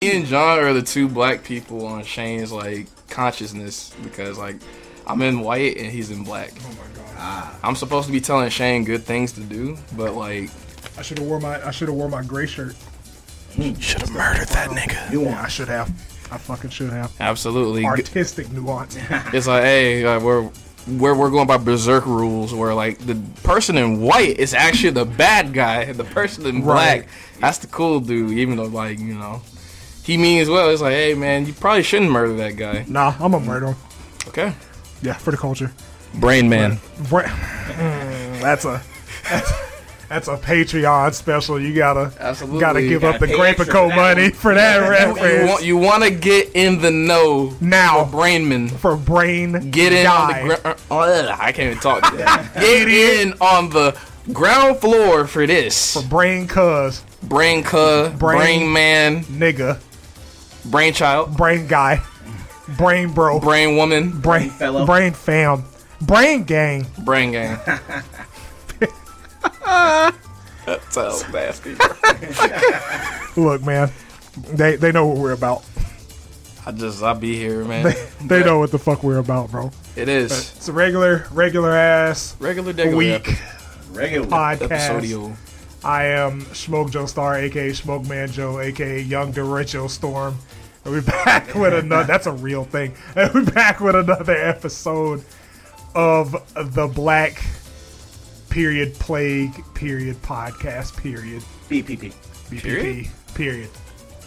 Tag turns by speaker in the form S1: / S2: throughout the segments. S1: and John are the two black people on Shane's like consciousness because like I'm in white and he's in black.
S2: Oh my god.
S1: I'm supposed to be telling Shane good things to do, but like
S2: I should have wore my I should have wore my gray shirt.
S1: should have murdered that nigga.
S2: Yeah, I should have. I fucking should have.
S1: Absolutely.
S2: Artistic nuance.
S1: It's like hey, like, we're. Where we're going by berserk rules, where like the person in white is actually the bad guy, and the person in
S2: Right.
S1: black that's the cool dude. Even though like you know, he means well. It's like, hey man, you probably shouldn't murder that guy.
S2: nah, I'm a murderer.
S1: Okay,
S2: Yeah, for the culture.
S1: brain man.
S2: Bra- Mm, that's a that's, that's a Patreon special. You gotta
S1: Absolutely.
S2: gotta give
S1: You
S2: up the
S3: gotta pay extra
S2: Graphico
S3: for that
S2: money
S3: one.
S2: for that
S1: You
S2: reference.
S1: want you want to get in the know
S2: Now.
S1: for Brainman.
S2: for brain
S1: Get in
S2: die.
S1: on the ground. I can't even talk. get in on the ground floor for this.
S2: brain cuz
S1: Brain cuz, brain.
S2: Brain-
S1: man,
S2: nigga,
S1: brain child,
S2: brain guy, brain bro,
S1: brain woman,
S2: brain
S3: fellow.
S2: brain fam, brain gang.
S1: brain gang. That's a bastard.
S2: Look, man, they they know what we're about.
S1: I just I be here, man.
S2: They, they know what the fuck we're about, bro.
S1: It is
S2: It's a regular regular ass
S1: regular day
S2: week
S3: Regular.
S2: podcast.
S1: episodio.
S2: I am Smoke Joe Star, aka Smoke Man Joe, aka Young Derecho Storm. And we're back with another. That's a real thing. And we're back with another episode of the Black Period Plague Period Podcast Period
S3: BPP.
S2: BPP
S1: Period?
S2: Period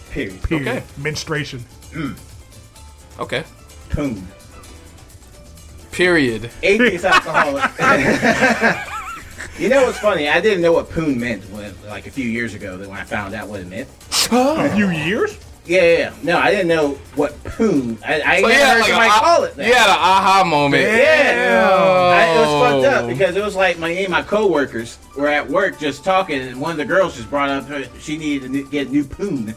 S3: Period.
S2: Period
S1: Okay.
S2: Menstruation
S1: Okay.
S3: Coon.
S1: Period.
S3: Atheist alcoholic. you know what's funny? I didn't know what poon meant when, like a few years ago that when I found out what it meant.
S2: A few years?
S3: Yeah, yeah, yeah. No, I didn't know what poon. I, I
S1: So
S3: never heard somebody
S1: a-
S3: call it that.
S1: You had an aha moment.
S3: Yeah. I, it was fucked
S1: Oh.
S3: up because it was like my me and my coworkers were at work just talking, and one of the girls just brought up her, she needed to n- get a new poon.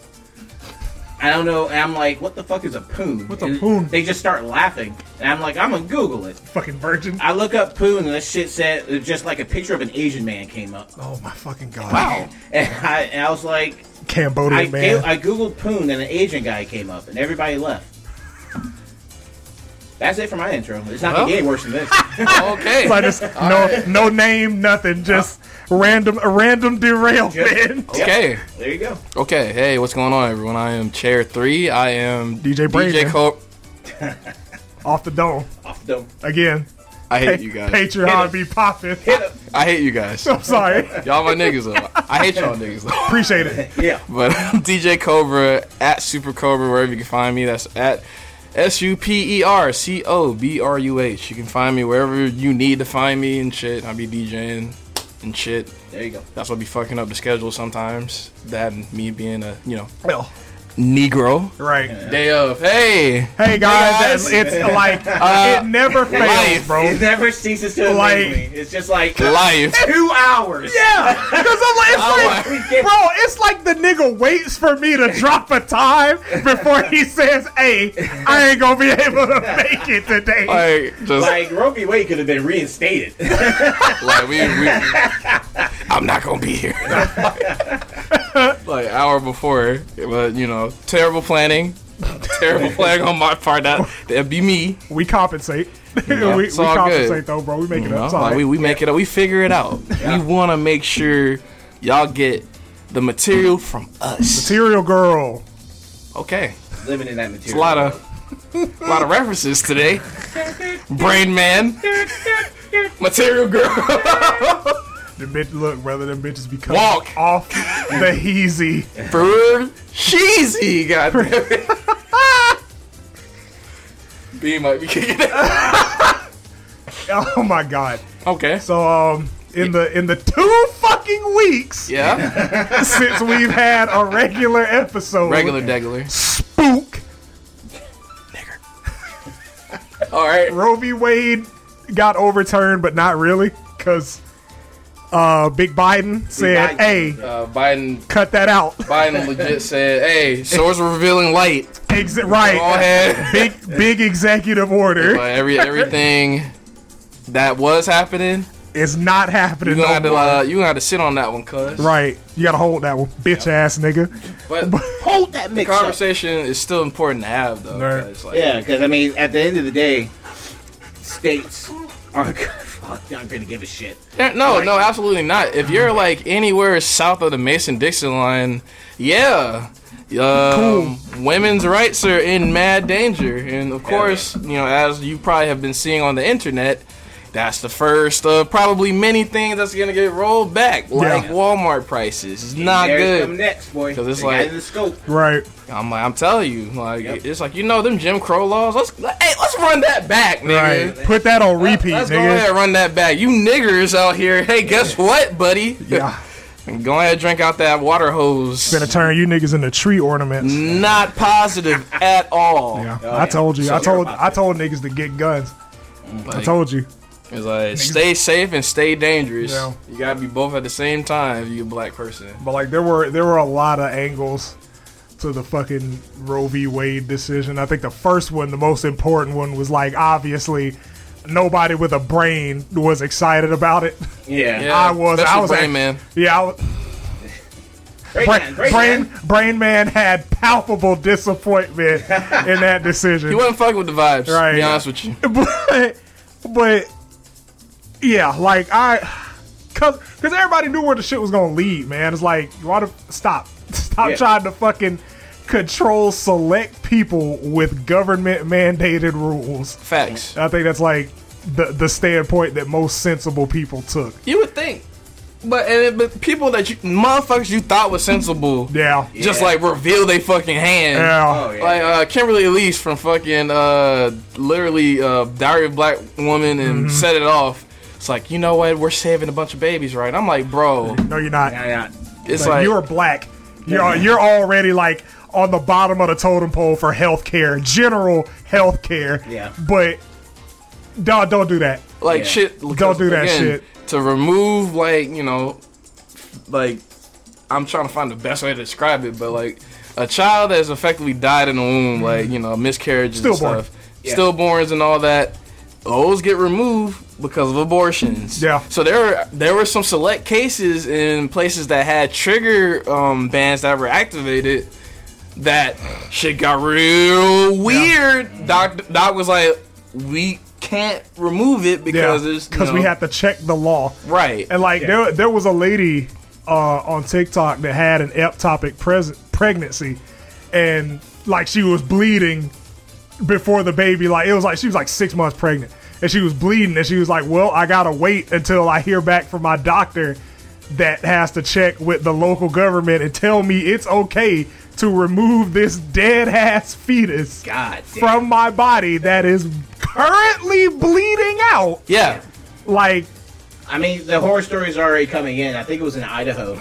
S3: I don't know, and I'm like, what the fuck is a poon?
S2: What's a
S3: And
S2: poon?
S3: They just start laughing, and I'm like, I'm gonna Google it.
S2: Fucking virgin.
S3: I look up poon, and this shit said it was just like a picture of an Asian man came up,
S2: Oh my fucking god.
S1: Wow.
S3: and I, and I was like,
S2: Cambodian
S3: I,
S2: man.
S3: I googled poon, and an Asian guy came up, and everybody left. That's it for my intro. It's not gonna
S1: Well.
S3: get any worse than this.
S1: Okay.
S2: So I just no no name, nothing, just
S1: Uh-huh.
S2: random a random derailment.
S1: Okay.
S3: there you go.
S1: Okay. Hey, what's going on, everyone? I am Chair Three. I am
S2: DJ Braden.
S1: DJ Cole.
S2: Off the dome
S3: Off the
S2: again.
S1: I hate you guys.
S2: Patreon be popping.
S1: I hate you guys.
S2: I'm sorry.
S1: Y'all my niggas though. I hate y'all niggas though.
S2: Appreciate it.
S3: Yeah.
S1: But I'm DJ Cobra at Super Cobra wherever you can find me. That's at S U P E R C O B R U H. You can find me wherever you need to find me and shit. I be DJing and shit.
S3: There you go.
S1: That's what be fucking up the schedule sometimes. That and me being a you know
S2: Well,
S1: Negro.
S2: right.
S1: Day of hey.
S2: Hey guys,
S1: guys. Uh,
S2: it's like it never fails,
S1: life.
S2: bro.
S3: It never ceases to amaze
S2: Like-
S3: me. It's just like
S1: Life.
S3: two hours.
S2: Yeah, because I'm like,
S1: Oh,
S2: it's
S3: We
S2: like
S3: get-
S2: bro, it's like the nigga waits for me to drop a time before he says, "Hey, I ain't gonna be able to make it today."
S1: Like just like,
S3: Like Roe v. Wade could have been reinstated.
S1: we, we I'm not gonna be here. like hour before, but you know, terrible planning. Terrible planning on my part. That that'd be me.
S2: We compensate.
S1: Yeah,
S2: we we
S1: it's all good.
S2: compensate though, bro. We make
S1: You
S2: it
S1: know?
S2: up.
S1: Like, we we make it up. We figure it out. We want to make sure y'all get the material from us.
S2: Serial girl.
S1: Okay,
S3: Living in that material.
S1: a lot of a lot of references today. Brain man, material girl.
S2: The bitch, look, brother, them bitches be coming
S1: Walk.
S2: off the heezy.
S1: Bird cheesy, goddamn it. B might be kicking it.
S2: Oh my god.
S1: Okay.
S2: So um, in the in the two fucking weeks
S1: Yeah.
S2: since we've had a regular episode,
S1: Regular degular.
S2: spook
S1: All right.
S2: Roe v. Wade got overturned, but not really, cause uh, Big Biden said,
S3: Biden.
S2: "Hey,
S1: Uh, Biden
S2: cut that out."
S1: Biden legit said, "Hey, source revealing light.
S2: Exit
S1: Go
S2: right.
S1: ahead."
S2: Big big executive order.
S1: But every everything that was happening
S2: It's not happening.
S1: You gonna
S2: no
S1: have to
S2: more.
S1: uh, you gonna have to sit on that one, cuz.
S2: Right. You gotta hold that one, bitch ass nigga.
S1: But
S3: Hold that
S1: the
S3: mix up.
S1: conversation is still important to have though.
S2: Right.
S1: 'cause, Like,
S3: Yeah, because I mean, at the end of the day, states are fuck, not gonna give a shit.
S1: Yeah, No, no, absolutely not. If you're like anywhere south of the Mason Dixon line, yeah. Um, Women's rights are in mad danger. And of course, you know, as you probably have been seeing on the internet, that's the first of probably many things that's going to get rolled back, like
S2: Yeah.
S1: Walmart prices. It's not
S3: There's
S1: good.
S3: Come next, boy.
S1: 'Cause it's
S3: They got
S1: like-
S3: in the scope.
S2: Right.
S1: I'm like, I'm telling you, like,
S3: Yep.
S1: it's like you know them Jim Crow laws. Let's hey, let's run that back, nigga.
S2: Right. Put that on repeat,
S1: Let's go ahead
S2: nigga.
S1: and run that back. You niggers out here, hey, guess what, buddy?
S2: Yeah.
S1: And Go ahead and drink out that water hose.
S2: Gonna turn you niggas into tree ornaments.
S1: Mm. Not positive at all.
S2: Yeah.
S3: Oh,
S2: I
S3: yeah.
S2: told you.
S3: So
S2: I told
S3: you're about
S2: I told niggas to get guns. I
S1: Like,
S2: told you.
S1: it's like stay safe and stay dangerous.
S2: Yeah.
S1: You gotta be both at the same time if you a black person.
S2: But like there were there were a lot of angles to the fucking Roe v. Wade decision. I think the first one, the most important one, was like obviously nobody with a brain was excited about it.
S3: Yeah.
S1: Yeah.
S2: I was I
S1: especially
S2: was
S1: Brain
S2: act-
S1: Man.
S2: Yeah, I was,
S3: Great
S2: Bra-
S3: man, great
S2: brain
S3: man.
S2: brain man had palpable disappointment in that decision.
S1: He wasn't fucking with the vibes. To
S2: Right.
S1: be honest with you.
S2: but but yeah, like I, cause cause everybody knew where the shit was gonna lead, man. It's like you want to stop, stop
S3: Yeah.
S2: trying to fucking control select people with government mandated rules.
S1: Facts.
S2: I think that's like the the standpoint that most sensible people took.
S1: You would think, but and but people that you motherfuckers you thought was sensible,
S2: Yeah, yeah.
S1: just
S3: Yeah.
S1: like reveal they fucking hand.
S3: Oh yeah.
S1: Like uh, Kimberly Elise from fucking uh, literally uh, Diary of Black Woman and set it off. It's like you know what? We're saving a bunch of babies, right? I'm like, bro,
S2: No, you're not.
S3: yeah, yeah.
S1: it's
S2: Like,
S1: like
S2: you're black. You're you're already like on the bottom of the totem pole for healthcare, general healthcare.
S3: Yeah.
S2: But don't don't do that.
S1: like
S3: Yeah.
S1: shit. because,
S2: do that shit.
S1: To remove like you know, like I'm trying to find the best way to describe it, but like a child that's effectively died in the womb, like you know miscarriages
S2: Mm-hmm. Stillborn.
S1: and stuff,
S3: Yeah.
S1: stillborns and all that. Those get removed because of abortions.
S2: Yeah.
S1: So there there were some select cases in places that had trigger um, bans that were activated. That shit got real weird. Doc Doc was like, we can't remove it
S2: Yeah.
S1: because it's you
S2: Because we
S1: know,
S2: have to check the law.
S1: right.
S2: And like there there was a lady uh, on TikTok that had an ectopic pres- pregnancy, and like she was bleeding before the baby. Like it was like she was like six months pregnant, and she was bleeding, and she was like, "Well, I gotta wait until I hear back from my doctor that has to check with the local government and tell me it's okay to remove this dead ass fetus
S3: God damn.
S2: from my body that is currently bleeding out."
S1: yeah.
S2: Like
S3: I mean, the horror stories are already coming in. I think it was in Idaho.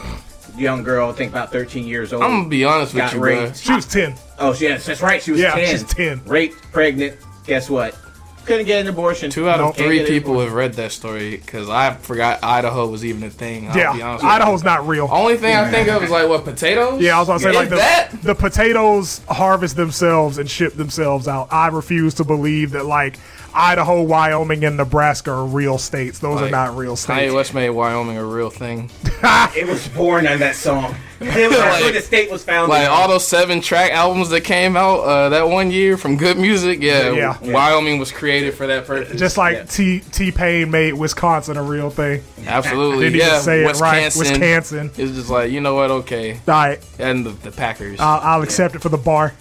S3: Young girl, I think about 13 years old.
S1: I'm gonna be honest with
S3: got
S1: you, bro.
S3: raped.
S2: she was ten.
S3: Oh, yes, that's right. She was
S2: Yeah,
S3: 10.
S2: she's 10.
S3: Raped, pregnant. Guess what? Couldn't get an abortion.
S1: Two out
S2: Nope.
S1: of three
S3: Can't get
S1: people
S3: it.
S1: have read that story because I forgot Idaho was even a thing. I'll be
S2: Yeah,
S1: honest with you.
S2: Idaho's not real.
S1: Only thing I think of is like what potatoes.
S2: Yeah, I was gonna say
S1: Is
S2: like the,
S1: that.
S2: the potatoes harvest themselves and ship themselves out. I refuse to believe that like Idaho, Wyoming, and Nebraska are real states. Those are
S1: Like,
S2: not real
S1: Kanye
S2: states.
S1: West made Wyoming a real thing.
S3: It was born on that song. It was
S1: Like-
S3: like, the state was founded.
S1: Like all those seven track albums that came out uh, that one year from Good Music, yeah,
S2: Yeah.
S1: Wyoming was created for that purpose.
S2: Just like
S3: Yeah.
S2: T T Pain made Wisconsin a real thing.
S1: Absolutely,
S2: Didn't
S1: yeah.
S2: even say it right.
S1: Wisconsin,
S2: Wisconsin.
S1: It's just like you know what, okay,
S2: All right,
S1: and the, the Packers,
S2: I'll, I'll accept it for the bar.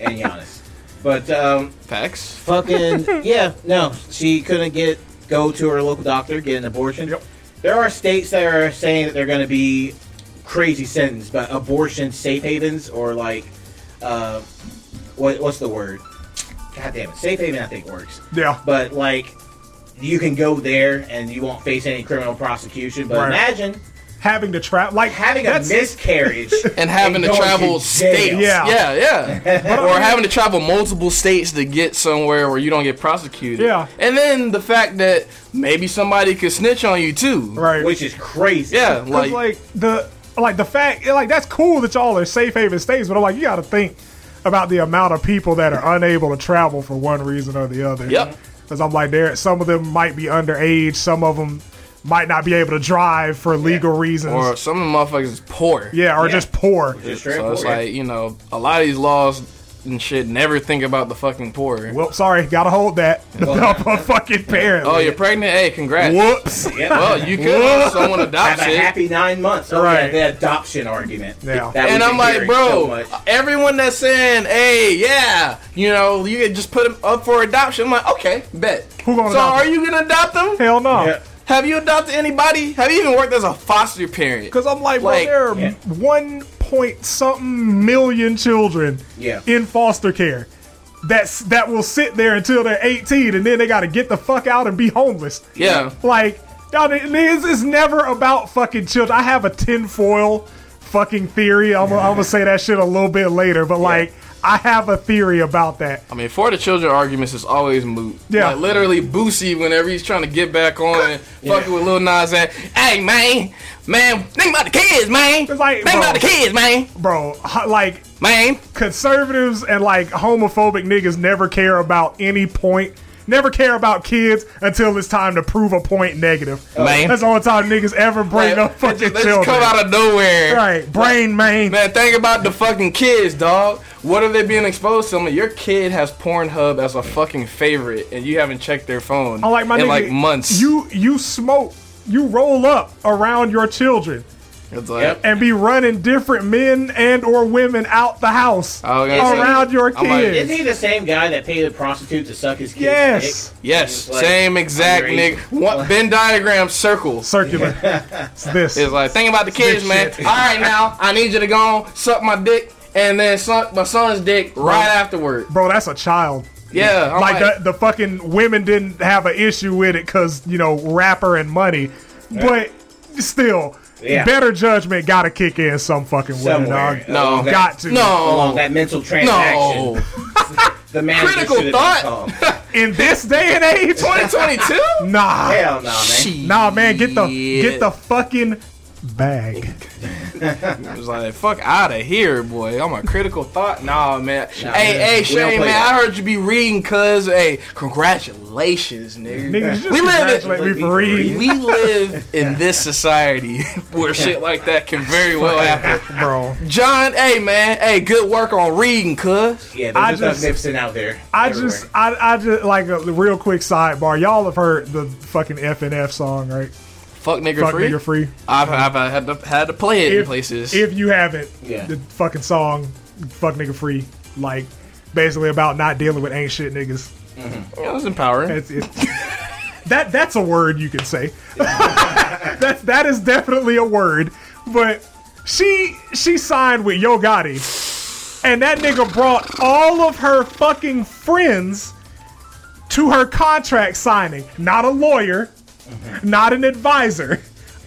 S3: and Giannis. But um,
S1: Packs.
S3: fucking yeah, no, she couldn't get go to her local doctor get an abortion.
S2: Yep.
S3: There are states that are saying that they're going to be crazy sentences, but abortion safe havens or like, uh, what what's the word? God damn it, safe haven I think works.
S2: Yeah,
S3: But like, you can go there and you won't face any criminal prosecution. But
S2: Right.
S3: imagine
S2: having to trap like
S3: having a
S2: that's,
S3: miscarriage
S1: And having to
S3: going
S1: travel
S3: jail.
S1: states,
S2: Yeah.
S1: yeah, yeah. or having to travel multiple states to get somewhere where you don't get prosecuted.
S2: Yeah.
S1: and then the fact that maybe somebody could snitch on you too.
S2: right.
S3: which is crazy.
S1: Yeah,
S2: 'Cause,
S1: like,
S2: like, the like the fact like that's cool that y'all are safe haven states, but I'm like you got to think about the amount of people that are unable to travel for one reason or the other.
S1: Yep.
S2: because I'm like, there some of them might be underage, some of them might not be able to drive for legal reasons,
S1: Or some of the motherfuckers is poor.
S2: yeah, or
S3: Yeah.
S2: just poor.
S3: Just straight
S1: So it's
S3: forward.
S1: like, you know, a lot of these laws and shit never think about the fucking poor.
S2: Well, sorry, gotta hold that. About my fucking parent.
S1: Oh, you're pregnant? Hey, congrats.
S2: Whoops.
S3: Yep.
S1: Well, you could if someone
S3: have
S1: adopts
S3: a
S1: it.
S3: happy nine months. Oh,
S2: Right.
S3: yeah, the adoption argument.
S2: Yeah.
S3: That
S1: And
S3: we've
S1: I'm
S3: been
S1: like,
S3: hearing so
S1: bro, uh,
S3: much.
S1: everyone that's saying, hey, yeah, you know, you could just put them up for adoption. I'm like, okay, bet.
S2: Who gonna
S1: so
S2: adopt
S1: are
S2: them?
S1: you gonna adopt them?
S2: Hell no.
S3: Yeah.
S1: Have you adopted anybody? Have you even worked as a foster parent?
S2: Because I'm like, well,
S1: Like-
S2: there are
S3: Yeah.
S2: one point something million children
S3: Yeah.
S2: in foster care that's that will sit there until they're 18 and then they got to get the fuck out and be homeless.
S1: Yeah.
S2: Like, y'all, it is it's never about fucking children. I have a tinfoil fucking theory. I'm, gonna- I'm gonna say that shit a little bit later, but like, I have a theory about that.
S1: I mean, for the children arguments is always moot.
S2: Yeah.
S1: Like, literally, Boosie, whenever he's trying to get back on and fucking with Lil Nas X, hey, man, man, think about the kids, man.
S2: It's like,
S1: think about the
S2: bro.
S1: kids, man,
S2: Bro, ho- like,
S1: man.
S2: conservatives and like homophobic niggas never care about any point. Never care about kids until it's time to prove a point negative.
S1: Oh. Man.
S2: That's the only time niggas ever bring up
S1: They just- they
S2: fucking
S1: just
S2: children.
S1: come out of nowhere.
S2: right, brain main.
S1: Man, think about the fucking kids, dog. What are they being exposed to? I mean, your kid has Pornhub as a fucking favorite, and you haven't checked their phone
S2: I like my
S1: in
S2: nigga.
S1: like months.
S2: You you smoke, you roll up around your children
S1: it's like,
S3: Yep.
S2: and be running different men and or women out the house
S1: Oh, yeah.
S2: around your
S1: I'm like-
S2: kids.
S3: Isn't he the same guy that paid a prostitute to suck his kid's
S2: yes.
S3: dick?
S1: yes,
S3: It's like
S1: same exact
S3: underage.
S1: nigga. What Venn diagram circle?
S2: Circular. it's this.
S1: It's like, think about the kids,
S2: Big
S1: man.
S2: shit.
S1: All right, now I need you to go on, suck my dick, and then suck my son's dick right afterward.
S2: Bro, that's a child.
S1: Yeah, I'm
S2: like
S1: like,
S2: the, the fucking women didn't have an issue with it because you know rapper and money, but still,
S3: Yeah.
S2: better judgment got to kick in some fucking way.
S3: Somewhere.
S2: Dog.
S1: No.
S3: Along that-
S2: Got to
S3: Along
S1: no,
S3: that mental transaction.
S1: no.
S3: The man
S1: Critical thought.
S2: in this day and age.
S1: 2022?
S2: Nah,
S3: Hell no, man.
S2: nah, man, get the get
S1: Shit.
S2: the fucking bag.
S1: I was like, fuck out of here, boy. I'm a critical thought. Nah, man.
S3: Nah,
S1: hey, hey,
S3: man. We don't
S1: Shane,
S3: play
S1: man.
S3: that.
S1: I heard you be reading, cuz. Hey, congratulations, nigga.
S2: Niggas just
S1: We live
S2: congratulate me
S1: in-
S2: for reading,
S1: We live in this society where shit like that can very well happen.
S2: bro.
S1: John, hey, man. Hey, good work on reading, cuz.
S3: Yeah,
S2: I
S3: there's just
S2: just-
S3: magnificent out there.
S2: I
S3: everywhere.
S2: just, I, I just like a real quick sidebar. Y'all have heard the fucking F and F song, right?
S1: Fuck nigga
S2: Fuck
S1: free.
S2: nigga free.
S1: I've, I've, i had, to, had to play it in
S2: if,
S1: places.
S2: If you haven't,
S3: Yeah.
S2: the fucking song, fuck nigga free, like basically about not dealing with ain't shit niggas.
S1: it was empowering.
S2: It's, it's, that that's a word you can say. that's that is definitely a word. But she she signed with Yo Gotti, and that nigga brought all of her fucking friends to her contract signing. Not a lawyer,
S1: Mm-hmm.
S2: not an advisor.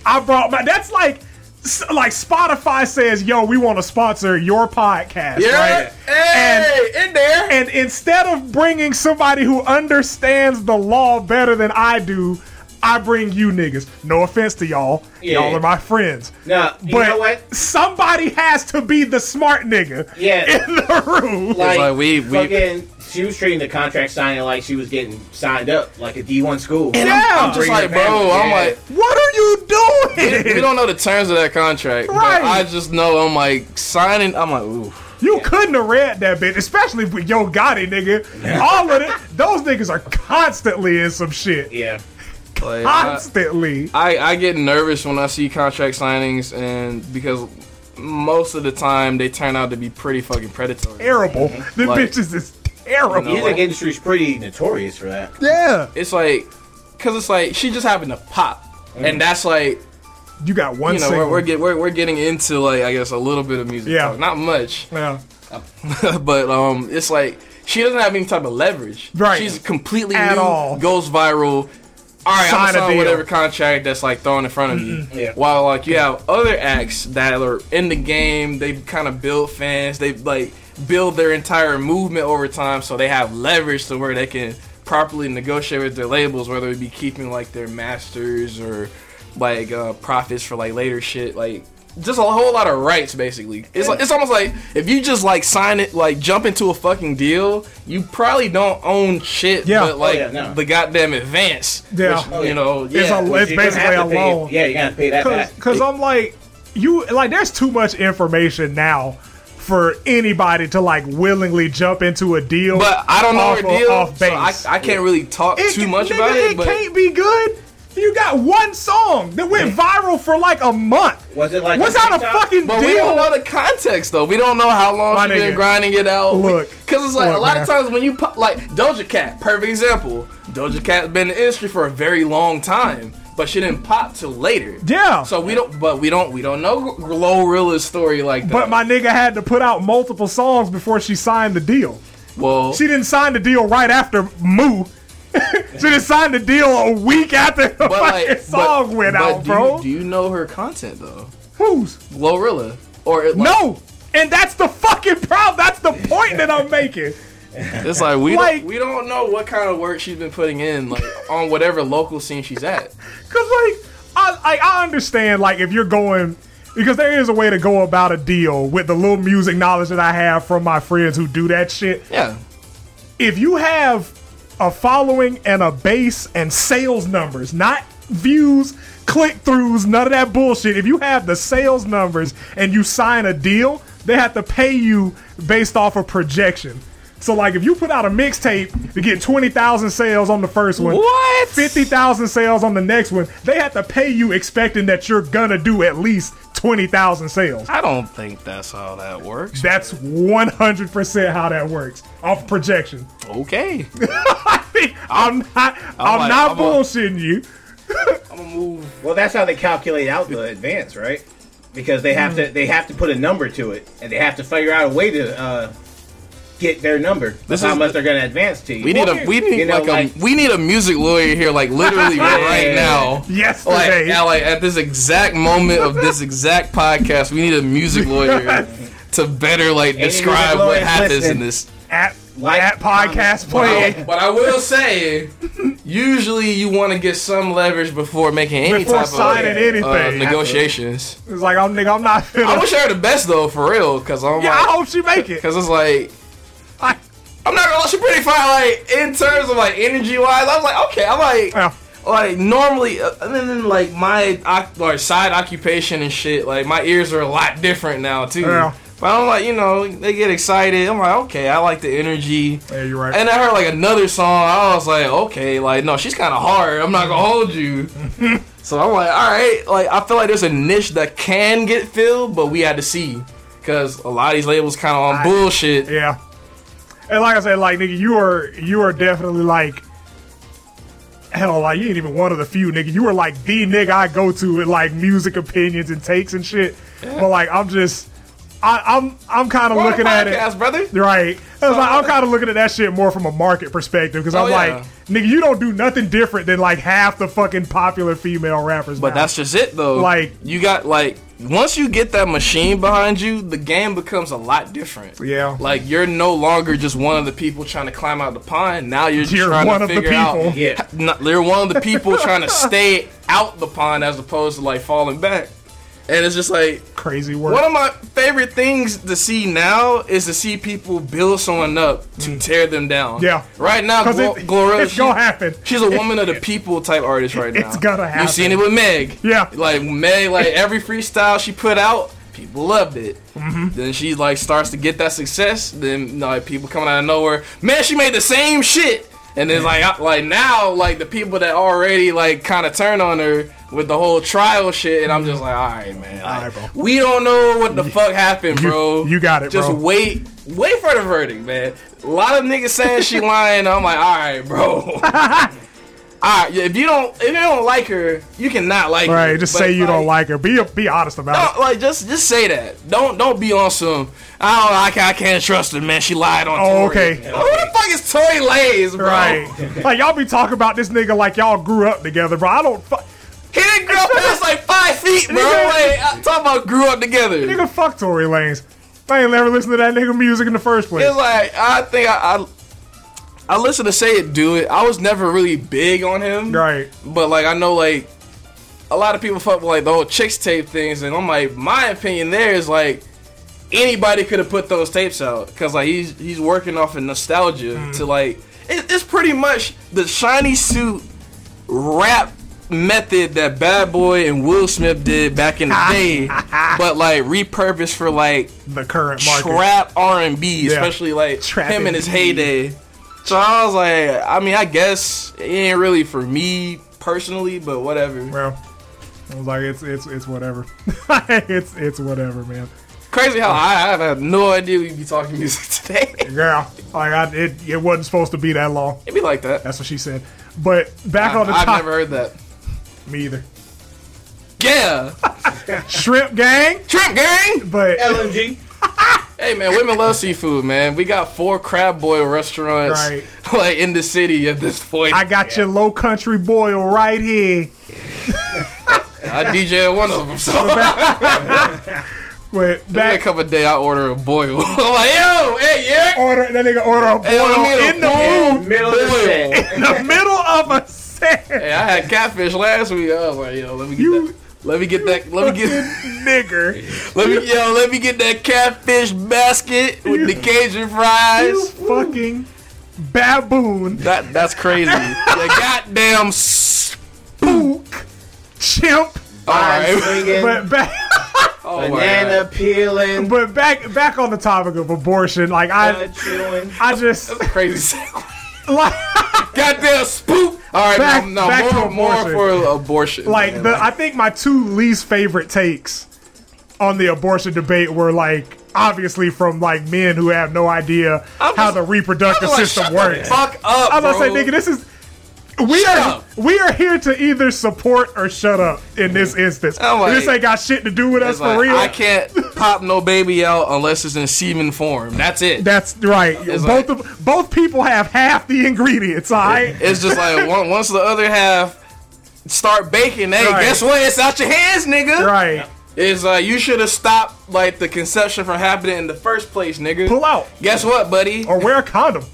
S2: I brought my. That's like. s- Like Spotify says, yo, we want to sponsor your podcast,
S1: Yeah.
S2: right?
S1: Hey, in there.
S2: And instead of bringing somebody who understands the law better than I do, I bring you niggas. No offense to y'all.
S3: Yeah.
S2: Y'all are my friends.
S3: No, you
S2: but
S3: know what?
S2: somebody has to be the smart nigga
S3: Yeah.
S2: in the room.
S3: Like,
S1: like we- we-
S3: fucking, she was treating the contract signing like she was getting signed up like a D1 school.
S1: And
S2: Yeah.
S1: I'm, I'm just
S3: Bring
S1: like,
S3: it
S1: bro,
S3: back.
S1: I'm
S3: Yeah.
S1: like,
S2: what are you doing?
S1: we don't know the terms of that contract.
S2: Right.
S1: But I just know I'm like signing. I'm like, ooh.
S2: You couldn't have read that bitch, especially with Yo Gotti, nigga. All of it, those niggas are constantly in some shit.
S3: yeah.
S1: Like, I,
S2: Constantly.
S1: I, I get nervous when I see contract signings, and because most of the time they turn out to be pretty fucking predatory.
S2: terrible. The
S1: Like-
S2: bitches is terrible.
S1: You know,
S3: Music industry's pretty notorious for that.
S2: yeah.
S1: It's like, cause it's like she just happened to pop, and that's like,
S2: You got one
S1: you know, we're
S2: single.
S1: we're, get, we're we're getting into like I guess a little bit of music,
S2: Yeah.
S1: talk. not much,
S2: yeah.
S1: but um, it's like she doesn't have any type of leverage.
S2: Right.
S1: She's completely
S2: At
S1: new,
S2: all.
S1: goes viral. All right, I'm
S2: Sign a
S1: gonna sign
S2: deal.
S1: whatever contract that's like thrown in front of you.
S3: Yeah.
S1: While like you have other acts that are in the game, they kind of build fans. They like build their entire movement over time, so they have leverage to where they can properly negotiate with their labels, whether it be keeping like their masters or like uh, profits for like later shit. Like just a whole lot of rights basically. It's like, it's almost like if you just like sign it, like jump into a fucking deal, you probably don't own shit.
S2: Yeah.
S1: but like
S3: Oh, yeah, no.
S1: the goddamn advance.
S2: Yeah.
S1: which,
S3: Oh, yeah.
S1: you know.
S3: Yeah,
S2: It's a-
S3: which
S2: it's
S3: you're gonna
S2: basically
S3: have
S2: a
S3: to pay-
S2: loan.
S3: Yeah, you gotta pay that
S2: Cause,
S3: back.
S2: cause I'm like, you like, there's too much information now for anybody to like willingly jump into a deal.
S1: But I don't know
S2: off
S1: her
S2: of-
S1: deal,
S2: off
S1: so I,
S2: base.
S1: I can't really talk
S2: It-
S1: too much
S2: nigga,
S1: about it.
S2: It
S1: But
S2: can't be good. You got one song that went viral for like a month.
S3: Was it like
S2: What's
S3: on
S2: out a
S3: TikTok?
S2: fucking
S1: But
S2: deal?
S1: we don't know the context though. We don't know how long
S2: My
S1: she's been
S2: nigga.
S1: grinding it out.
S2: Look.
S1: because it's like a
S2: Look,
S1: lot of
S2: man.
S1: times when you pop, like Doja Cat, perfect example. Doja Cat's been in the industry for a very long time, but she didn't pop till later.
S2: Yeah.
S1: So we don't, but we don't, we don't know Glorilla's story like that.
S2: But my nigga had to put out multiple songs before she signed the deal.
S1: well,
S2: She didn't sign the deal right after Moo. she didn't sign the deal a week after the
S1: but
S2: fucking
S1: like, but-
S2: song went
S1: but
S2: out,
S1: do
S2: bro.
S1: You, do you know her content though,
S2: Who's?
S1: Glorilla? Or it, like,
S2: No. And that's the fucking problem. That's the point that I'm making.
S1: it's like we
S2: Like-
S1: don't, we don't know what kind of work she's been putting in, like on whatever local scene she's at.
S2: Cause like I like I understand like if you're going because there is a way to go about a deal with the little music knowledge that I have from my friends who do that shit.
S1: Yeah,
S2: If you have a following and a base and sales numbers, not views, click throughs, none of that bullshit. If you have the sales numbers and you sign a deal, they have to pay you based off a projection. So like if you put out a mixtape to get 20,000 sales on the first one,
S1: What?
S2: 50,000 sales on the next one, they have to pay you expecting that you're gonna do at least 20,000 sales.
S1: I don't think that's how that works.
S2: That's 100% how that works off projection.
S1: Okay.
S2: I mean, I'm not, I'm,
S1: like,
S2: not
S1: I'm a-
S2: bullshitting you.
S1: I'm gonna move.
S3: Well, that's how they calculate out the advance, right? Because they have
S2: Mm.
S3: to they have to put a number to it, and they have to figure out a way to uh, get their number.
S1: This
S3: This how
S1: is-
S3: much they're going to advance to you.
S1: We need a we need
S3: You know,
S1: like,
S3: like-
S1: a we need a music lawyer here, like literally right now. Like,
S2: Yesterday.
S1: yeah, like at this exact moment of this exact podcast, we need a music lawyer to beter like
S3: music
S1: describe what
S3: lawyers
S1: happens in
S3: listening.
S1: this.
S2: at,
S3: Like,
S2: at podcast
S3: comment,
S2: play.
S1: But I will say, usually you want to get some leverage before making any
S2: Before
S1: type
S2: signing
S1: of
S2: anything.
S1: uh, negotiations.
S2: It's like, I'm, nigga, I'm not
S1: I
S2: feeling.
S1: wish her the best though, for real, because I'm
S2: Yeah, I
S1: like,
S2: hope she make it.
S1: because it's like
S2: Like,
S1: I'm not gonna lie, she pretty fine. Like in terms of like energy wise, I was like, okay, I'm like,
S2: Yeah.
S1: like normally, uh, and then like my oc- like side occupation and shit, like my ears are a lot different now too.
S2: Yeah.
S1: But I'm like, you know, they get excited. I'm like, okay, I like the energy.
S2: Yeah, you're right.
S1: And I heard like another song. I was like, okay, like no, she's kind of hard. I'm not gonna
S2: Mm-hmm.
S1: hold you. so I'm like, all right, like I feel like there's a niche that can get filled, but we had to see because a lot of these labels kind of on bullshit.
S2: Yeah. And like I said, like nigga, you are you are definitely like hell, like you ain't even one of the few nigga. You were like the nigga I go to with like music opinions and takes and shit. But like I'm just I, I'm I'm kind of
S1: We're on a
S2: looking at
S1: podcast,
S2: it
S1: brother.
S2: right. I was like, I'm kind of looking at that shit more from a market perspective because
S1: Oh,
S2: I'm
S1: yeah.
S2: like, nigga, you don't do nothing different than like half the fucking popular female rappers.
S1: But that's just it though.
S2: Like-
S1: you got like once you get that machine behind you, the game becomes a lot different.
S2: Yeah.
S1: Like you're no longer just one of the people trying to climb out the pond. Now you're,
S2: You're
S1: trying
S2: one
S1: to
S2: of the
S1: figure
S2: people.
S1: out.
S3: Yeah.
S1: Not, you're one of the people trying to stay out the pond as opposed to like falling back. And it's just like
S2: crazy work.
S1: one of my favorite things to see now is to see people build someone up to tear them down.
S2: Mm. Yeah.
S1: Right now,
S2: 'Cause
S1: Glo-
S2: it-
S1: Glorilla,
S2: it's gonna happen.
S1: She's a woman of the people type artist right now.
S2: It's gonna happen.
S1: You've seen it with Meg.
S2: Yeah.
S1: Like Meg, like every freestyle she put out, people loved it.
S2: Mm-hmm.
S1: Then she like starts to get that success. Then like people coming out of nowhere, man, she made the same shit. And then like I- like now like the people that already like kind of turn on her with the whole trial shit, and I'm just like, all right, man, like,
S2: right, bro.
S1: we don't know what the fuck happened,
S2: you-
S1: bro.
S2: you got it,
S1: Just
S2: bro.
S1: wait, wait for the verdict, man. A lot of niggas saying she lying. I'm like, all right, bro. all right, if you don't, if you don't like her, you cannot like her.
S2: right, just
S1: But,
S2: say you don't like her. Be be honest about it.
S1: no, like just just say that. Don't don't be on some. I don't. I can't, I can't trust her, man. She lied on.
S2: Oh,
S1: Tory."
S2: okay.
S1: Who the fuck is Tory Lays, bro?
S2: Right. like y'all be talking about this nigga like y'all grew up together, bro. I don't fuck
S1: He didn't grow up past like five feet, bro.
S2: Nigga.
S1: Like, I'm talking about grew up together.
S2: nigga fuck Tory Lanez. I ain't never listened to that nigga music in the first place.
S1: It's like I think I, I I listen to Say It Do It. I was never really big on him,
S2: right.
S1: But like I know like a lot of people fuck with like the whole chicks tape things, and I'm like, my opinion there is like anybody could have put those tapes out because like he's he's working off of nostalgia to like it, it's pretty much the shiny suit rap method that Bad Boy and Will Smith did back in the day, but like repurposed for like
S2: the current market.
S1: trap R and B, especially like
S2: Trap
S1: him in
S2: and
S1: his
S2: B.
S1: heyday. So I was like, I mean, I guess it ain't really for me personally, but whatever.
S2: Well, I was like, it's it's it's whatever. it's it's whatever, man.
S1: Crazy how I, I have no idea we'd be talking music today.
S2: Girl, like I, it it wasn't supposed to be that long.
S1: It'd be like that.
S2: That's what she said. But back
S1: I,
S2: on the
S1: I've
S2: top,
S1: never heard that.
S2: me either.
S1: Yeah,
S2: Shrimp gang,
S1: Shrimp Gang.
S2: but
S3: LMG.
S1: Hey man, women love seafood, man. We got four Crab Boy restaurants
S2: Right.
S1: like in the city at this point.
S2: I
S1: I,
S2: got your low country boil right here.
S1: DJ at one of them, so
S2: But
S1: back
S2: back
S1: a couple day I order a boil. I'm like, yo, hey, yeah.
S2: order that nigga order a boil
S1: Hey, let me get a
S2: in the
S1: boil.
S2: room
S3: Middle of the
S1: Boy.
S3: set.
S2: in the middle of a set.
S1: Hey, I had catfish last week. I was like, yo, let me get
S2: You-
S1: that. Let me get that. Let me get.
S2: nigger,
S1: Let me yo. Let me get that catfish basket with the Cajun
S2: you
S1: fries.
S2: fucking baboon,
S1: That that's crazy. the goddamn spook.
S2: spook, chimp.
S1: All
S3: Vine
S1: right.
S3: swinging,
S2: But back.
S1: Oh my
S3: banana peeling,
S2: But back back on the topic of abortion, like I
S1: Uh,
S3: bud chewing.
S2: I just
S1: god. Crazy. segue.
S2: like
S1: goddamn spook. All right.
S2: Back-
S1: no, no
S2: back to
S1: more,
S2: abortion.
S1: more for abortion.
S2: like
S1: man.
S2: the I think my two least favorite takes on the abortion debate were like obviously from like men who have no idea
S1: I'm
S2: how
S1: just-
S2: the reproductive
S1: I'm like,
S2: system
S1: shut the
S2: works.
S1: Fuck up.
S2: I was about to say,
S1: bro.
S2: nigga, this is we
S1: Shut
S2: are
S1: up.
S2: we are here to either support or shut up in this instance.
S1: I'm like-
S2: this ain't got shit to do with us
S1: It's
S2: for
S1: like,
S2: real.
S1: I can't pop no baby out unless it's in semen form. That's it.
S2: That's right.
S1: It's
S2: both
S1: like-
S2: of both people have half the ingredients. All right.
S1: It's just like on- once the other half start baking, hey,
S2: Right.
S1: guess what? It's out your hands, nigga.
S2: Right.
S1: It's like you should have stopped like the conception from happening in the first place, nigga.
S2: Pull out
S1: Guess what, buddy? Or,
S2: or wear a condom.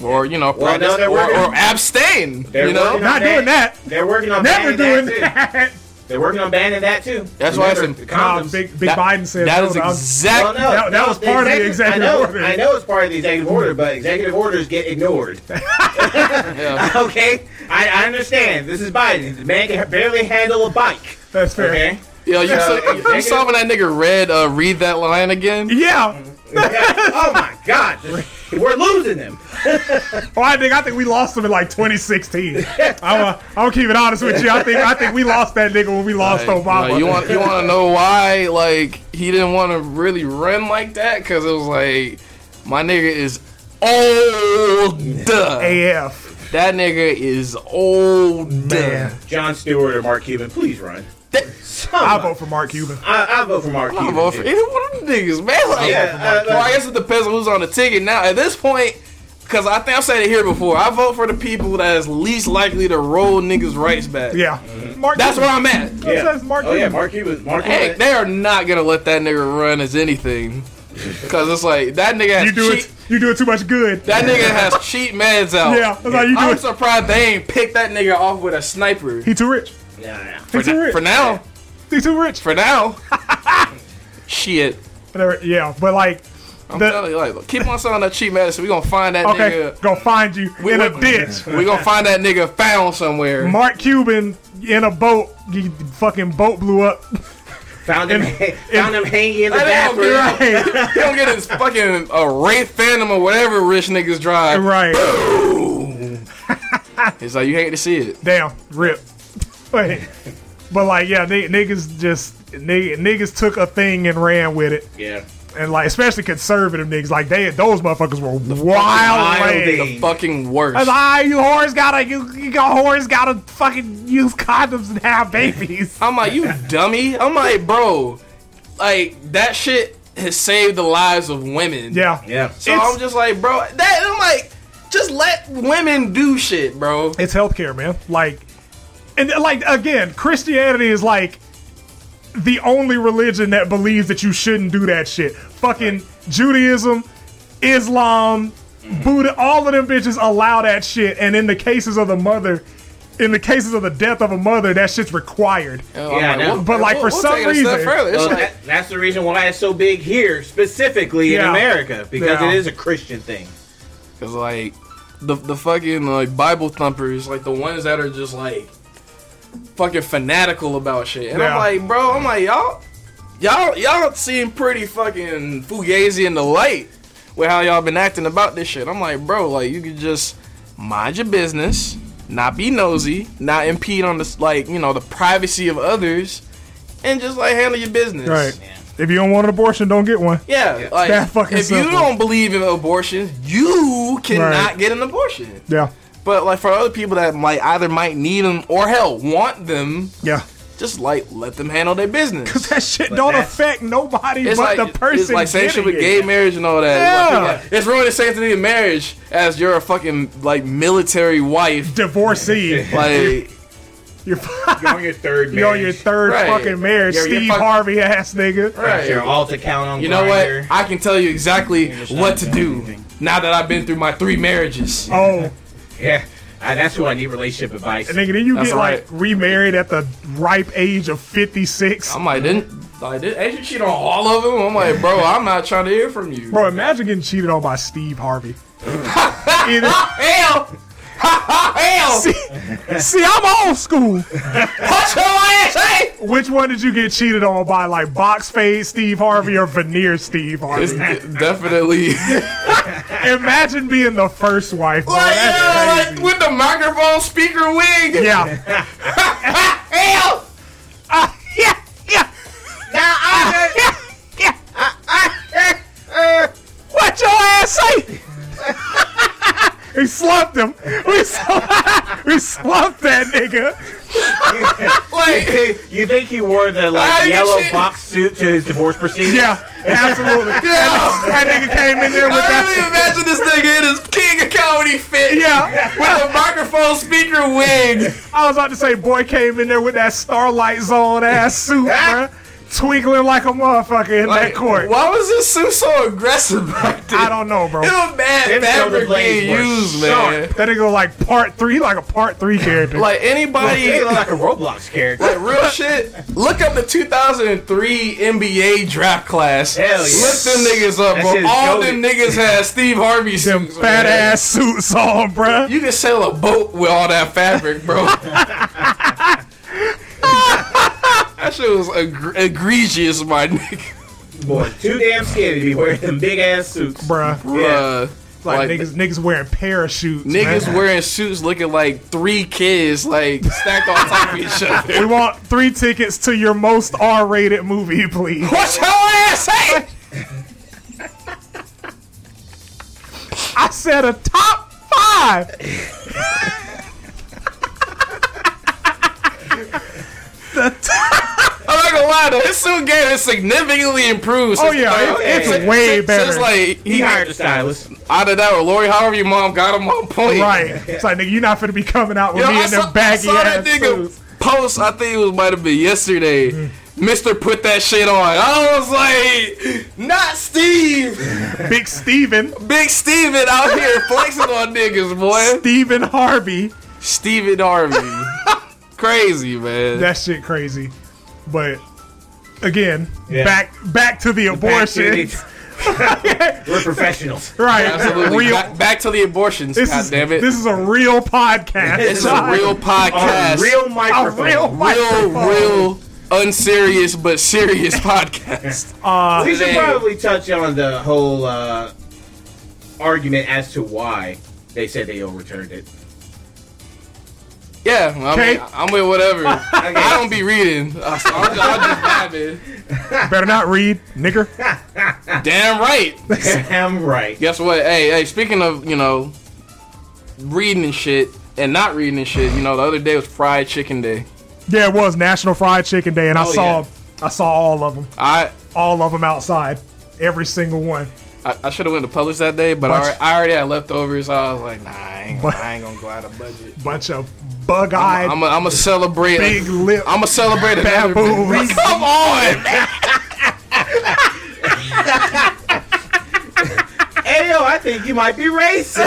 S1: you know,
S3: Well, no,
S1: practice-
S3: they're
S1: or,
S3: working-
S1: or abstain.
S3: They're
S1: You know,
S3: working
S2: Not
S3: Okay.
S2: doing that.
S3: They're working on
S2: Never
S3: banning
S2: doing
S3: that, too.
S2: that.
S3: They're working on banning that too.
S1: That's why I
S3: Remember,
S1: said-
S3: the
S2: Nah,
S3: condoms.
S2: Big Big
S1: That-
S2: Biden said
S1: that
S2: no,
S1: is
S2: that was-
S1: exactly.
S3: Well, no,
S2: that- that
S3: no,
S2: was
S3: the
S2: part of the executive
S3: I know,
S2: order.
S3: I know it's part of the executive order, but executive orders get ignored. okay, I, I understand. This is Biden. The man can barely handle a bike.
S2: That's fair.
S3: Okay.
S1: Yo, you,
S3: Yeah,
S1: saw, you saw when that nigga read uh, read that line again?
S3: Mm-hmm.
S2: Yeah.
S3: oh my God, we're losing them.
S2: Well, I think I think we lost him in like 2016. I'm uh, I'm gonna keep it honest with you. I think I think we lost that nigga when we lost
S1: Like,
S2: Obama.
S1: like, you want you want to know why? Like he didn't want to really run like that because it was like my nigga is old.
S2: AF.
S1: That nigga is old.
S2: Man.
S3: John Stewart or Mark Cuban, please run.
S1: That-
S2: I vote for Mark Cuban.
S3: I, I vote for Mark
S1: I
S3: Cuban.
S1: vote for
S3: dude.
S1: either one of them niggas, man. Like,
S3: Yeah, uh,
S1: well, I guess it depends on who's on the ticket now. At this point, because I think I've said it here before, I vote for the people that is least likely to roll niggas' rights back.
S2: Yeah. Mark
S1: That's where I'm
S2: Cuban.
S1: at.
S2: Who says Mark
S3: oh Mm-hmm. yeah,
S2: Cuban?
S3: Mark Cuban. Mark
S1: Hey,
S3: Cuban.
S1: they are not gonna let that nigga run as anything, because it's like that nigga has
S2: You do
S1: cheat.
S2: it. You do it too much good.
S1: That nigga has cheat meds out.
S2: Yeah. That's how you do
S1: I'm
S2: it.
S1: surprised they ain't picked that nigga off with a sniper.
S2: He too rich.
S3: Nah, nah.
S2: He too rich.
S1: For now,
S2: He too rich.
S1: for now, shit.
S2: Whatever. Yeah. But like.
S1: I'm
S2: The-
S1: telling you, like, keep on selling that cheap medicine. We gonna find that
S2: Okay,
S1: nigga.
S2: gonna find you
S1: We-
S2: in a
S1: we-
S2: ditch.
S1: We gonna find that nigga found somewhere.
S2: Mark Cuban in a boat. He fucking boat blew up.
S3: Found him. found him hanging in the
S1: That ain't
S3: bathroom.
S1: gonna he don't get his fucking uh, Ray Phantom or whatever rich niggas drive.
S2: right.
S1: It's like you hate to see it.
S2: Damn. Rip. But, but like, yeah, ni- niggas just nigg- niggas took a thing and ran with it,
S3: Yeah.
S2: and like especially conservative niggas, like they those motherfuckers were wild.
S3: wilding.
S2: wild
S1: The fucking worst.
S2: As I, you whores gotta, you, you got whores gotta fucking use condoms and have babies.
S1: I'm like, you dummy. I'm like, bro, like that shit has saved the lives of women.
S2: Yeah.
S3: Yeah.
S1: So
S2: It's-
S1: I'm just like, bro, that I'm like, just let women do shit, bro.
S2: It's healthcare, man. Like, and like again, Christianity is like the only religion that believes that you shouldn't do that shit. Fucking Judaism,
S1: Mm.
S2: Islam, Buddha, all of them bitches allow that shit. And in the cases of the mother, in the cases of the death of a mother, that shit's required.
S1: Oh, I'm
S3: Yeah, no.
S1: what-
S2: But, like, for some
S1: take it a step
S2: reason-
S1: further. It's
S3: Well,
S1: like,
S3: that, that's the reason why it's so big here, specifically in
S2: Yeah.
S3: America, because
S2: Yeah.
S3: it is a Christian thing.
S1: Cause like the the fucking like Bible thumpers, like the ones that are just like fucking fanatical about shit. And
S2: Yeah.
S1: I'm like, bro, I'm like y'all, y'all, y'all seem pretty fucking fugazi in the light with how y'all been acting about this shit. I'm like, bro, like you could just mind your business, not be nosy, not impede on this like you know the privacy of others, and just like handle your business.
S2: Right.
S3: Yeah.
S2: If you don't want an abortion, don't get one.
S1: Yeah,
S3: Yeah.
S1: like
S2: That fucking
S1: if you
S2: simple.
S1: don't believe in abortion, you cannot get an abortion.
S2: Yeah.
S1: But like for other people that might either might need them or hell want them,
S2: Yeah.
S1: just like let them handle their business.
S2: That shit
S3: But
S2: don't
S3: that's-
S2: affect nobody
S1: It's
S2: but
S1: like
S2: the person.
S1: it's like same shit
S2: getting
S1: with
S2: it.
S1: gay marriage and all that.
S2: Yeah.
S1: Like, it's ruining the sanctity of marriage as you're a fucking like military wife.
S2: divorcee.
S1: Like
S2: You're,
S3: You're on your third
S2: you're on your third
S1: Right.
S2: fucking marriage,
S1: You're- you're
S2: Steve
S1: fuck-
S2: Harvey ass nigga.
S1: Right.
S3: You're all to count on
S1: you know
S3: Grindr.
S1: what? I can tell you exactly
S3: just
S1: what
S3: not
S1: to
S3: doing
S1: do
S3: anything.
S1: now that I've been through my three marriages.
S2: Oh,
S3: Yeah. I, that's who I need relationship advice.
S2: and nigga, then you
S1: That's
S2: get
S1: right.
S2: like remarried at the ripe age of 56.
S1: I'm like, didn't like did Asian cheat on all of them? I'm like, bro, I'm not trying to hear from you.
S2: Bro, imagine getting cheated on by Steve Harvey. Either-
S1: hell, ha ha hell,
S2: see, see, I'm old school.
S1: punch your ass, hey.
S2: Which one did you get cheated on by, like box fade Steve Harvey or veneer Steve
S1: It's
S2: Harvey?
S1: de- definitely
S2: Imagine being the first wife. Bro.
S1: like, yeah,
S2: Oh, That's
S1: like,
S2: crazy.
S1: with the microphone speaker wig.
S2: Yeah,
S1: Hell,
S2: yeah, yeah.
S3: Now I
S2: What your ass say? we slumped him. We, sl- we slumped that nigga.
S1: like
S3: you think he wore the
S1: Ah,
S3: like
S1: you
S3: yellow
S1: shit.
S3: box suit to his divorce proceedings?
S2: Yeah, absolutely. That nigga came in there with
S1: I
S2: that.
S1: really imagine this nigga in his king of comedy fit.
S2: Yeah.
S1: with a microphone speaker wig.
S2: I was about to say, boy came in there with that Starlight Zone ass suit, bruh. Twinkling like a motherfucker in that
S1: Like,
S2: court.
S1: Why was this suit so aggressive back then?
S2: I don't know, bro.
S1: It was bad
S3: Them shoulder
S1: fabric
S3: blades
S1: being
S3: were
S1: used,
S3: sharp.
S1: man.
S2: That nigga like part three, like a part three character.
S1: Like
S3: He
S1: anybody,
S3: looked like a Roblox character.
S1: Like real shit. Look up the 2003 NBA draft class.
S3: Hell yeah.
S1: Look them niggas up,
S3: That
S1: bro.
S3: shit's
S1: All
S3: goated.
S1: them niggas had Steve Harvey
S2: them
S1: suits.
S2: fat
S1: man.
S2: ass suits on, bruh.
S1: You can sail a boat with all that fabric, bro. that shit was egr- egregious, my nigga.
S3: Boy, too damn skinny to be wearing them big ass suits.
S2: bruh.
S1: Bruh.
S2: Like,
S1: Like,
S2: niggas, niggas wearing parachutes.
S1: niggas
S2: man.
S1: wearing suits looking like three kids, like stacked on top of each other.
S2: We want three tickets to your most R-rated movie, please.
S1: What's your ass hey?
S2: I said a top five.
S1: I'm not gonna lie though, his suit game has significantly improved.
S2: Oh
S1: since-
S2: yeah,
S1: like,
S2: it's, it's
S1: since-
S2: way
S1: since,
S2: better.
S1: Since like
S3: He
S1: he
S3: hired a stylist.
S1: either that or Lori, however your mom got him on point.
S2: right? It's like nigga, you're not finna be coming out with
S1: Yo,
S2: me
S1: I
S2: in
S1: saw,
S2: them baggy
S1: I saw that
S2: ass
S1: nigga
S2: suits.
S1: post. I think it was might have been yesterday. Mister put that shit on. I was like, not Steve,
S2: Big Steven,
S1: Big Steven out here flexing on niggas, boy.
S2: Steven Harvey.
S1: Steven Harvey, crazy man.
S2: That shit crazy. But again,
S3: Yeah.
S2: back back to the
S3: Back to
S2: abortion.
S3: the- We're professionals.
S2: Right.
S1: Absolutely.
S2: Real,
S1: Back, back to the abortions.
S2: this,
S1: God
S2: is,
S1: damn it.
S2: this is a real podcast.
S1: it's a
S2: Not
S1: real podcast.
S3: On real
S2: a
S3: microphone.
S2: real
S1: real,
S2: microphone.
S1: real, unserious but serious podcast.
S2: Uh,
S3: We should
S1: Today.
S3: probably touch on the whole uh, argument as to why they said they overturned it.
S1: Yeah, I'm,
S2: Okay.
S1: I'm with whatever. I
S3: Okay.
S1: don't be reading. I- so I'm, I'm just vibing.
S2: better not read, nigger.
S1: Damn right.
S3: Damn right.
S1: Guess what? Hey, hey. Speaking of you know, reading and shit and not reading and shit. You know, the other day was Fried Chicken Day.
S2: Yeah, it was National Fried Chicken Day, and I
S1: Oh,
S2: saw
S1: yeah.
S2: I saw all of them,
S1: I
S2: all of them outside, every single one.
S1: I, I should have went to Publix that day, but I,
S2: Bunch-
S1: alre- I already had leftovers. So I was like, nah, I ain't,
S2: Bunch-
S1: I ain't gonna go out of budget.
S2: Bunch of bug-eyed,
S1: I'm gonna celebrate.
S2: big lip
S1: I'm gonna celebrate another.
S2: baboons.
S1: Come on.
S3: Hey, yo, I think you might be racist.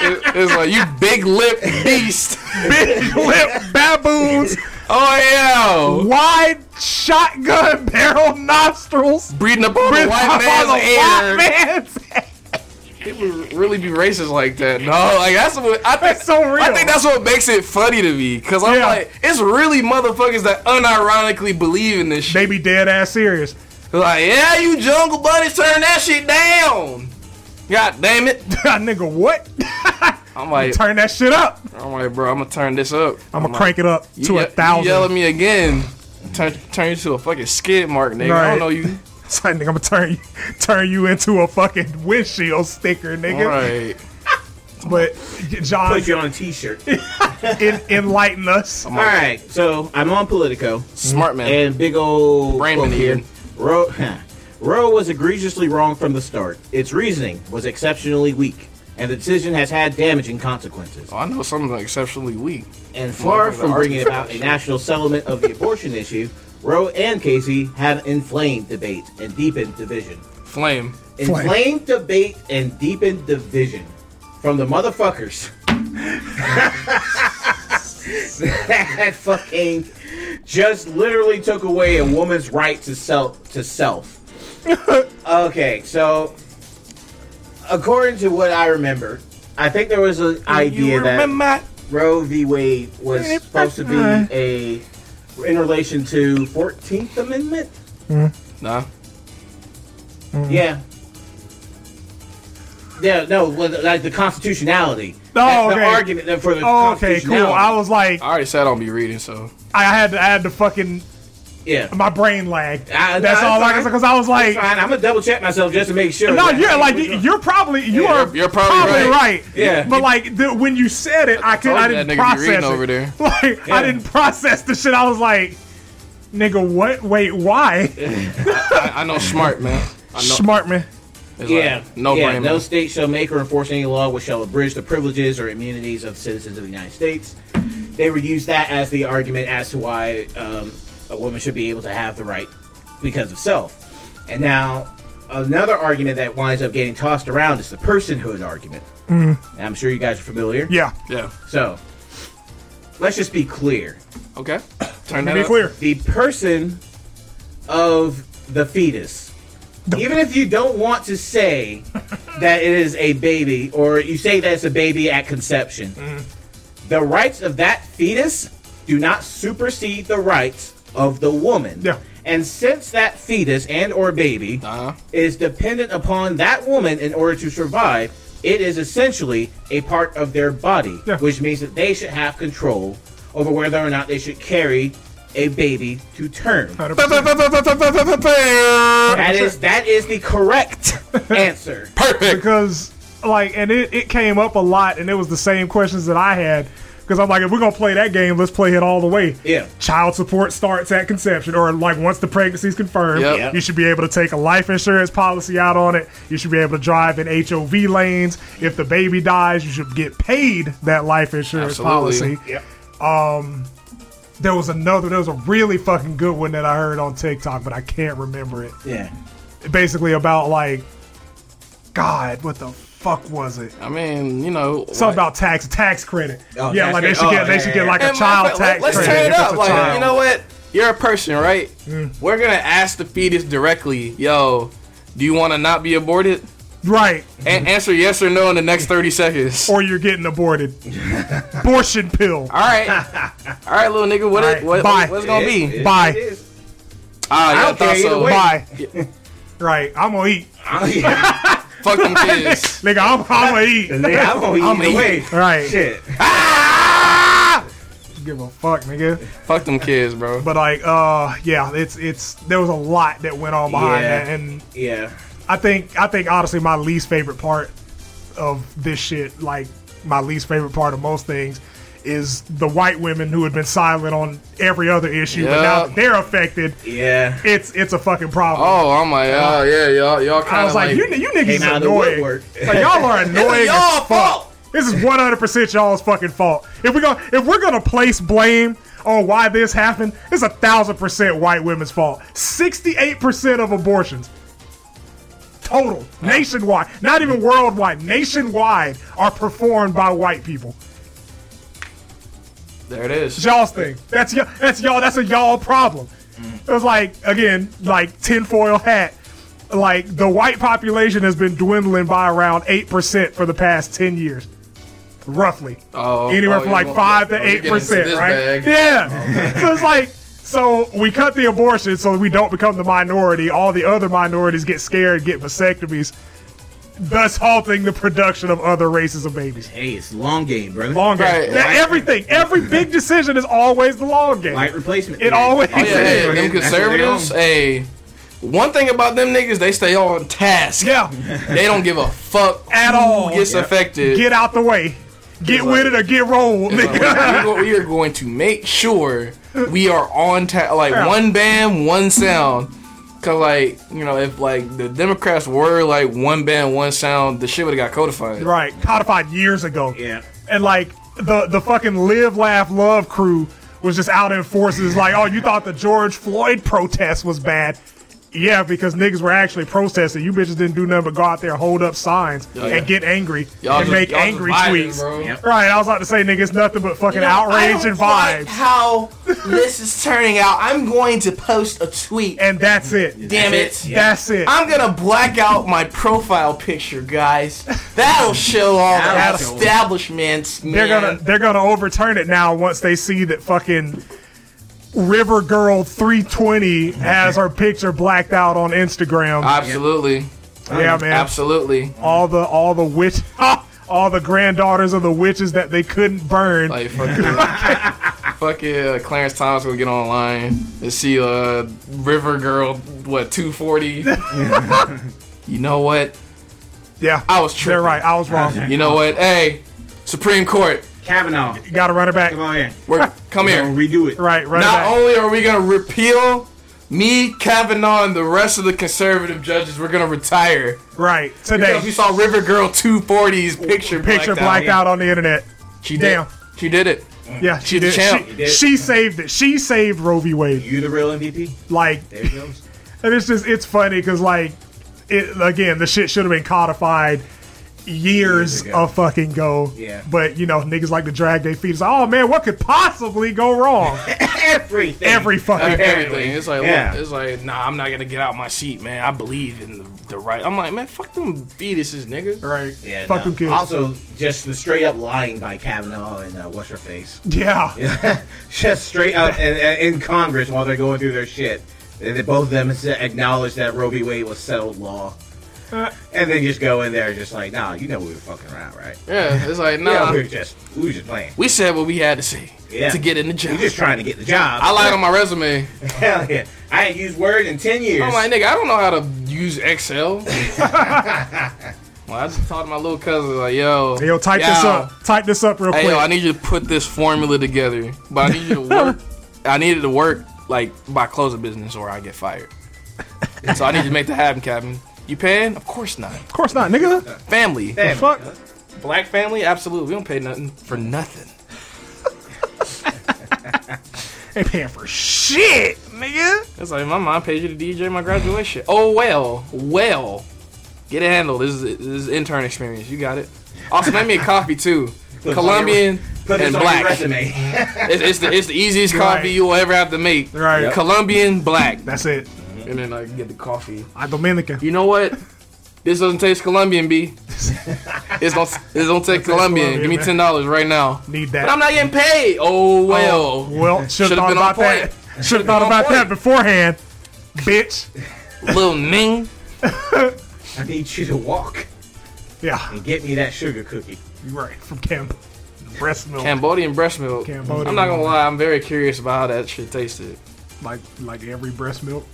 S1: it, It's like you big lip beast.
S2: Big lip baboons,
S1: Oh yeah.
S2: wide shotgun barrel nostrils.
S1: Breeding up on the
S2: Breath
S1: white
S2: on
S1: man's
S2: the
S1: air.
S2: white man's air.
S1: People really be racist like that. No, like that's what I think.
S2: That's so real.
S1: I think that's what makes it funny to me, cause I'm
S2: Yeah.
S1: like, it's really motherfuckers that unironically believe in this shit.
S2: They be dead ass serious.
S1: Like, yeah, you jungle bunny, turn that shit down. God damn it.
S2: Nigga, what?
S1: I'm like,
S2: Turn that shit up.
S1: I'm like, bro, I'm gonna turn this up.
S2: I'm gonna
S1: like,
S2: crank it up
S1: you
S2: to
S1: ye- You
S2: a
S1: yell at
S2: thousand.
S1: me again, turn turn you to a fucking skid mark, nigga. I
S2: Right.
S1: don't know you.
S2: It's like, nigga, I'm gonna turn you, turn you into a fucking windshield sticker,
S1: All
S2: nigga.
S1: right,
S2: But John,
S3: Put you on a T-shirt.
S2: en- enlighten us.
S3: All right, so I'm on Politico.
S1: smart man.
S3: and big old
S1: Brain
S3: quote
S1: in the
S3: here.
S1: ear.
S3: Roe, Roe was egregiously wrong from the start. Its reasoning was exceptionally weak, and the decision has had damaging consequences.
S1: Oh, I know something exceptionally weak.
S3: And far
S1: Motherfucker,
S3: from
S1: the
S3: bringing
S1: arts-
S3: about a national settlement of the abortion issue, Roe and Casey have inflamed debate and deepened division.
S1: Flame.
S2: Flame.
S3: Inflamed debate and deepened division from the motherfuckers. that fucking just literally took away a woman's right to self to self. okay, so according to what I remember, I think there was an idea
S2: you
S3: that
S2: remember?
S3: Roe v. Wade was
S2: Hey,
S3: supposed to be
S2: Pepsi.
S3: a in relation to Fourteenth Amendment.
S1: Nah.
S3: Yeah.
S2: Mm.
S3: Yeah, no, well, like the constitutionality.
S2: Oh,
S3: That's
S2: okay.
S3: The argument that for the
S2: Oh, okay, cool.
S3: constitutionality.
S2: I was like,
S1: I already said I don't be reading, so
S2: I had to, I had to fucking
S3: yeah.
S2: my brain lag.
S3: I-
S2: That's
S3: no,
S2: all
S3: it's
S2: I
S3: fine.
S2: can because I was like,
S3: It's fine. I'm gonna double check myself just to make sure.
S2: no,
S3: that-
S2: you're like you're probably you
S1: Yeah,
S2: are
S1: you're- you're probably right. Yeah.
S2: But like the, when you said it, I could
S1: told
S2: I
S1: you that
S2: didn't
S1: nigga be
S2: process
S1: reading
S2: it.
S1: over there.
S2: Like I
S3: Yeah.
S2: didn't process the shit. I was like, nigga, what? Wait, why?
S1: I, I know smart man. I know.
S2: Smart man.
S1: It's
S3: Yeah,
S1: like, no
S3: yeah.
S1: brain.
S3: No
S1: man.
S3: state shall make or enforce any law which shall abridge the privileges or immunities of citizens of the United States. They would use that as the argument as to why um, a woman should be able to have the right because of self. And now, another argument that winds up getting tossed around is the personhood argument. And I'm sure you guys are familiar.
S2: Yeah.
S1: Yeah.
S3: So, let's just be clear
S1: Okay. Turn
S2: To
S1: that
S2: be
S1: up.
S2: clear,
S3: the person of the fetus. Even if you don't want to say that it is a baby, or you say that it's a baby at conception, the rights of that fetus do not supersede the rights of the woman.
S2: Yeah.
S3: And since that fetus and or baby
S1: Uh-huh.
S3: is dependent upon that woman in order to survive, it is essentially a part of their body,
S2: Yeah.
S3: which means that they should have control over whether or not they should carry a baby to term.
S2: 100%.
S3: That is that is the correct answer.
S1: Perfect.
S2: because like, and it, it came up a lot, and it was the same questions that I had. Because I'm like, if we're gonna play that game, let's play it all the way.
S3: Yeah.
S2: Child support starts at conception, or like once the pregnancy's confirmed,
S1: Yep. Yep.
S2: you should be able to take a life insurance policy out on it. You should be able to drive in HOV lanes. If the baby dies, you should get paid that life insurance
S1: Absolutely.
S2: policy. Um, There was another, there was a really fucking good one that I heard on TikTok, but I can't remember it.
S3: Yeah.
S2: Basically about like, God, what the fuck was it?
S1: I mean, you know.
S2: Something about tax tax credit.
S3: Oh,
S2: yeah,
S3: tax
S2: like they
S3: credit.
S2: should get
S3: Oh,
S2: they
S3: yeah,
S2: should
S3: yeah,
S2: get
S3: yeah.
S2: like
S1: Hey,
S2: a child
S1: motherfucker,
S2: tax
S1: Let's
S2: credit.
S1: turn it
S2: if it's
S1: up.
S2: a
S1: Like,
S2: child. Mm.
S1: you know what? You're a person, right? We're gonna ask the fetus directly. Yo, do you want to not be aborted?
S2: right?
S1: A- answer yes or no in the next 30 seconds. All
S2: Mm-hmm. Or you're getting aborted. Abortion pill.
S1: right, all right, little nigga. What?
S2: All
S1: it-
S2: right,
S1: what,
S2: bye.
S1: What's it gonna
S3: It-
S1: be?
S3: it-
S2: Bye.
S3: it is.
S1: Ah,
S3: I
S1: y'all
S3: don't care
S1: thought
S3: either
S1: so.
S3: way.
S2: Bye. right, I'm gonna eat,
S1: Fuck them kids.
S2: nigga. I'm, I'm gonna eat.
S3: Nigga, I'm gonna eat
S1: I'm
S3: the
S1: eating.
S3: way.
S2: Right.
S3: Shit.
S2: Give a fuck, nigga.
S1: Ah! Fuck them kids, bro.
S2: But like, uh, yeah, it's it's there was a lot that went on behind
S3: Yeah.
S2: that, and
S3: Yeah.
S2: I think I think honestly my least favorite part of this shit, like my least favorite part of most things, is the white women who had been silent on every other issue, but now
S1: Yup.
S2: that they're affected,
S3: Yeah.
S2: it's it's a fucking problem.
S1: Oh, I'm like, oh yeah, y'all, y'all kind
S2: I
S1: of
S2: was
S1: like,
S2: like, you you niggas
S3: Came
S2: is
S3: out of the
S2: annoying.
S3: woodwork.
S2: Like, y'all are annoying.
S1: y'all
S2: as fuck.
S1: fault.
S2: This is one hundred percent y'all's fucking fault. If we go, if we're gonna place blame on why this happened, it's a thousand percent white women's fault. Sixty-eight percent of abortions total, nationwide, not even worldwide, nationwide, are performed by white people.
S1: There it is.
S2: It's y'all's thing. That's y'all. That's y'all. That's a y'all problem.
S1: Mm.
S2: It was like again, like tinfoil hat. Like the white population has been dwindling by around eight percent for the past ten years, roughly.
S1: Oh,
S2: anywhere
S1: oh,
S2: from
S1: you
S2: like
S1: want-
S2: five
S1: oh,
S2: to
S1: you get
S2: eight
S1: into
S2: percent,
S1: this
S2: right?
S1: bag. Oh,
S2: Yeah. so it's like. So we cut the abortion so we don't become the minority. All the other minorities get scared, get vasectomies, thus halting the production of other races of babies.
S3: Hey, it's long game, brother.
S2: Long game.
S1: Right.
S2: That- everything, every big decision is always the long game.
S3: Light replacement.
S2: It always
S1: Oh, yeah, hey,
S2: is.
S1: them
S4: That's what they
S1: conservatives,
S4: own.
S1: hey. One thing about them niggas, they stay on task.
S2: Yeah.
S1: They don't give a fuck
S2: At
S1: who
S2: all.
S1: gets
S2: Yep.
S1: affected.
S2: Get out the way. Get with it or get rolled.
S1: Like, we, go- we are going to make sure we are on ta- like
S2: Yeah.
S1: one band, one sound. Cause like you know, if like the Democrats were like one band, one sound, the shit would have got codified.
S2: right. Codified years ago.
S3: Yeah.
S2: And like the the fucking live, laugh, love crew was just out in forces like, oh, you thought the George Floyd protest was bad. Yeah, because niggas were actually protesting. You bitches didn't do nothing but go out there, hold up signs,
S1: Oh, Yeah.
S2: and get angry
S1: Y'all
S2: and
S1: just-
S2: make
S1: y'all just
S2: angry
S1: vibing,
S2: tweets.
S1: bro.
S3: Yep.
S2: Right, I was about to say, niggas, nothing but fucking
S1: You know,
S2: outrage
S1: I don't
S2: and
S1: like
S2: vibes.
S1: how this is turning out. I'm going to post a tweet.
S2: and that's it.
S1: Damn it.
S3: That's it. Yeah.
S2: That's it.
S1: I'm gonna black out my profile picture, guys. That'll show all
S3: That'll
S1: the
S3: show 'em.
S1: establishments. Man.
S2: They're gonna they're gonna overturn it now once they see that fucking River Girl 320 has her picture blacked out on Instagram.
S1: absolutely,
S2: yeah, man.
S1: absolutely.
S2: All the all the witch all the granddaughters of the witches that they couldn't burn.
S1: Like fucking, fucking uh, Clarence Thomas gonna get online and see uh, River Girl what 240. you know what?
S2: yeah.
S1: I was tripping.
S2: They're right. I was wrong.
S1: You know what? Hey, Supreme Court,
S3: Kavanaugh.
S2: You gotta run it back.
S3: Come on in.
S1: we're come here.
S3: Don't redo it.
S2: Right, run
S1: Not
S2: it back.
S1: only are we gonna repeal me, Kavanaugh, and the rest of the conservative judges, we're gonna retire
S2: right.
S1: because we
S2: Today.
S1: saw River Girl 240's picture
S2: Picture blacked out on the internet.
S1: She did.
S2: Damn.
S1: She did it.
S2: Yeah,
S1: She's
S2: she
S1: the
S2: did.
S1: champ.
S2: She, she saved it. She saved Roe v. Wade.
S3: You the real MVP?
S2: Like
S3: There it goes.
S2: And it's just it's funny because like it again the shit should have been codified years
S3: Years ago.
S2: of fucking go.
S3: Yeah.
S2: But you know niggas like to drag their feet. It's like, oh man, what could possibly go wrong?
S3: Everything.
S2: Every fucking
S1: Everything. It's like, look,
S3: Yeah.
S1: it's like, nah, I'm not gonna get out my seat, man. I believe in the, the right. I'm like, man, fuck them fetuses, nigga.
S2: right.
S3: Yeah,
S2: Fuck
S3: no.
S2: them kids.
S3: Also, just the straight up lying by Kavanaugh and uh, what's her face?
S2: yeah.
S3: just straight up in, in Congress while they're going through their shit. And then both of them s- acknowledge that Roe v. Wade was settled law.
S2: Uh.
S3: And then just go in there just like, nah, you know we were fucking around, right?
S1: Yeah, it's like,
S3: Yeah,
S1: nah.
S3: we were just, we were just playing.
S1: we said what we had to say
S3: Yeah.
S1: to get in the
S3: We
S1: job.
S3: were just trying to get the job.
S1: I lied on my resume.
S3: Hell yeah. I ain't used Word in 10 years.
S1: I'm like, nigga, I don't know how to use Excel. well, I just talked to my little cousin, like, yo.
S2: Hey, yo, type this
S1: yo,
S2: up. Type this up real
S1: Hey,
S2: quick.
S1: yo, I need you to put this formula together, but I need you to work. I need it to work, like, by close of business or I get fired. so I need you to make that happen, Captain. You paying? Of course not.
S2: of course not, nigga.
S1: Family.
S3: Damn,
S2: fuck?
S3: huh?
S1: Black family? Absolutely. We don't pay nothing for nothing.
S2: They paying for shit, nigga.
S1: It's like my mom paid you to DJ my graduation. Oh well, well. Get it handled. This is this is intern experience. You got it. Also, make me a coffee too.
S3: this
S1: Colombian
S3: Put this
S1: and
S3: on your
S1: black. It's,
S3: resume.
S1: it's the it's the easiest
S2: Right.
S1: coffee you will ever have to make.
S2: Right. Yep.
S1: Colombian black.
S2: That's it.
S1: And then I get the coffee.
S2: I Dominican.
S1: You know what? This doesn't taste Colombian, B. It's don't it don't take Colombian.
S2: Colombian,
S1: Give me
S2: man.
S1: ten dollars right now.
S2: Need
S1: But I'm
S2: that.
S1: not getting paid. Oh well.
S2: Well, should have
S1: Should've
S2: thought
S1: been on
S2: about that. Should have thought
S1: been on
S2: about that
S1: point.
S2: beforehand, bitch.
S1: Little Ning.
S3: I need you to walk
S2: Yeah,
S3: and get me that sugar cookie.
S2: you right from Camp. Breast milk.
S1: Cambodian breast milk.
S2: Cambodian.
S1: I'm not gonna lie, I'm very curious about how that shit tasted.
S2: like like every breast milk.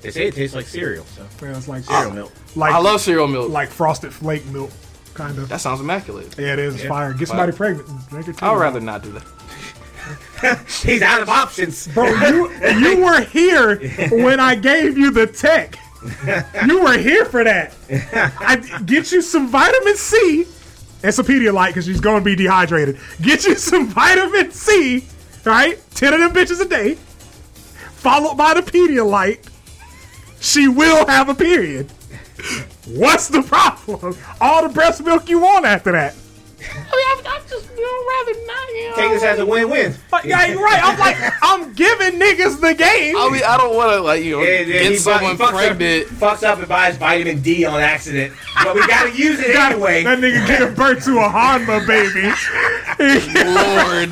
S3: They say it tastes like cereal, so.
S2: Sounds like
S3: Cereal milk.
S2: like
S1: I love cereal milk.
S2: like frosted flake milk, kind of.
S1: that sounds immaculate.
S2: yeah, it is
S3: Yeah.
S2: fire. Get somebody pregnant. Drink it too.
S1: I'd rather not do that.
S3: He's out of options.
S2: Bro, you you were here when I gave you the tech. You were here for that. I get you some vitamin C and some Pedialyte because she's going to be dehydrated. Get you some vitamin C, right? Ten of them bitches a day, followed by the Pedialyte. She will have a period. What's the problem? All the breast milk you want after that.
S1: I mean, I, I just you know, rather not. You know.
S3: Take this as a win-win.
S2: But yeah, you're right. I'm like, I'm giving niggas the game.
S1: I mean, I don't want to like you know,
S3: Yeah, yeah,
S1: get
S3: he bu-
S1: someone
S3: he fucks
S1: pregnant.
S3: Up, fucks up and buys vitamin D on accident, but we gotta use it
S2: God,
S3: anyway.
S2: That nigga giving birth to a Hanma baby.
S1: Lord.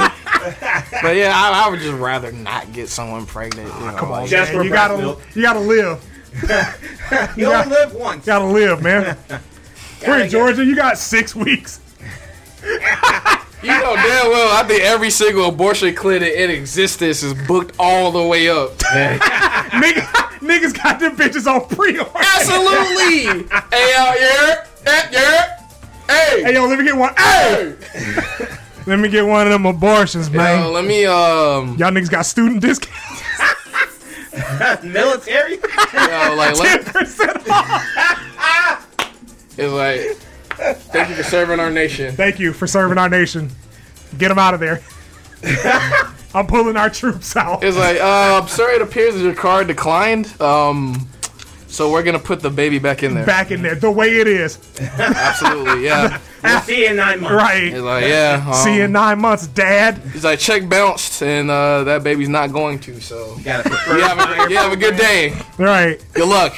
S1: but yeah, I, I would just rather not get someone pregnant. You know,
S2: Ah, Come on,
S1: like-
S3: Just
S2: man.
S3: for
S2: You
S3: breast
S2: gotta,
S3: milk.
S2: you gotta live.
S3: You
S2: Yeah.
S3: only live once.
S2: Gotta live, man. We're
S3: Gotta
S2: in
S3: get-
S2: Georgia. You got six weeks.
S1: You know damn well I think every single abortion clinic in existence is booked all the way up.
S2: Nigga, niggas got them bitches on pre-order.
S1: Absolutely. hey out here, eh, yeah.
S2: Hey,
S1: Hey,
S2: yo, let me get one. Hey,
S1: hey.
S2: let me get one of them abortions, man.
S1: Yo, let me um.
S2: Y'all niggas got student discounts.
S3: Military.
S1: Yo, like let,
S2: percent off.
S1: it's like. Thank you for serving our nation.
S2: Thank you for serving our nation. Get them out of there. I'm pulling our troops out.
S1: It's like, uh, I'm sorry, it appears that your card declined. Um, so we're gonna put the baby back in there.
S2: Back in there, the way it is.
S1: Absolutely, yeah.
S3: We'll see you in nine months.
S2: Right.
S1: It's like, yeah. Um,
S2: See you in nine months, Dad.
S1: He's like, check bounced, and uh, that baby's not going to. So
S3: You gotta prefer.
S1: you have a, you have a good day.
S2: Right.
S1: Good luck.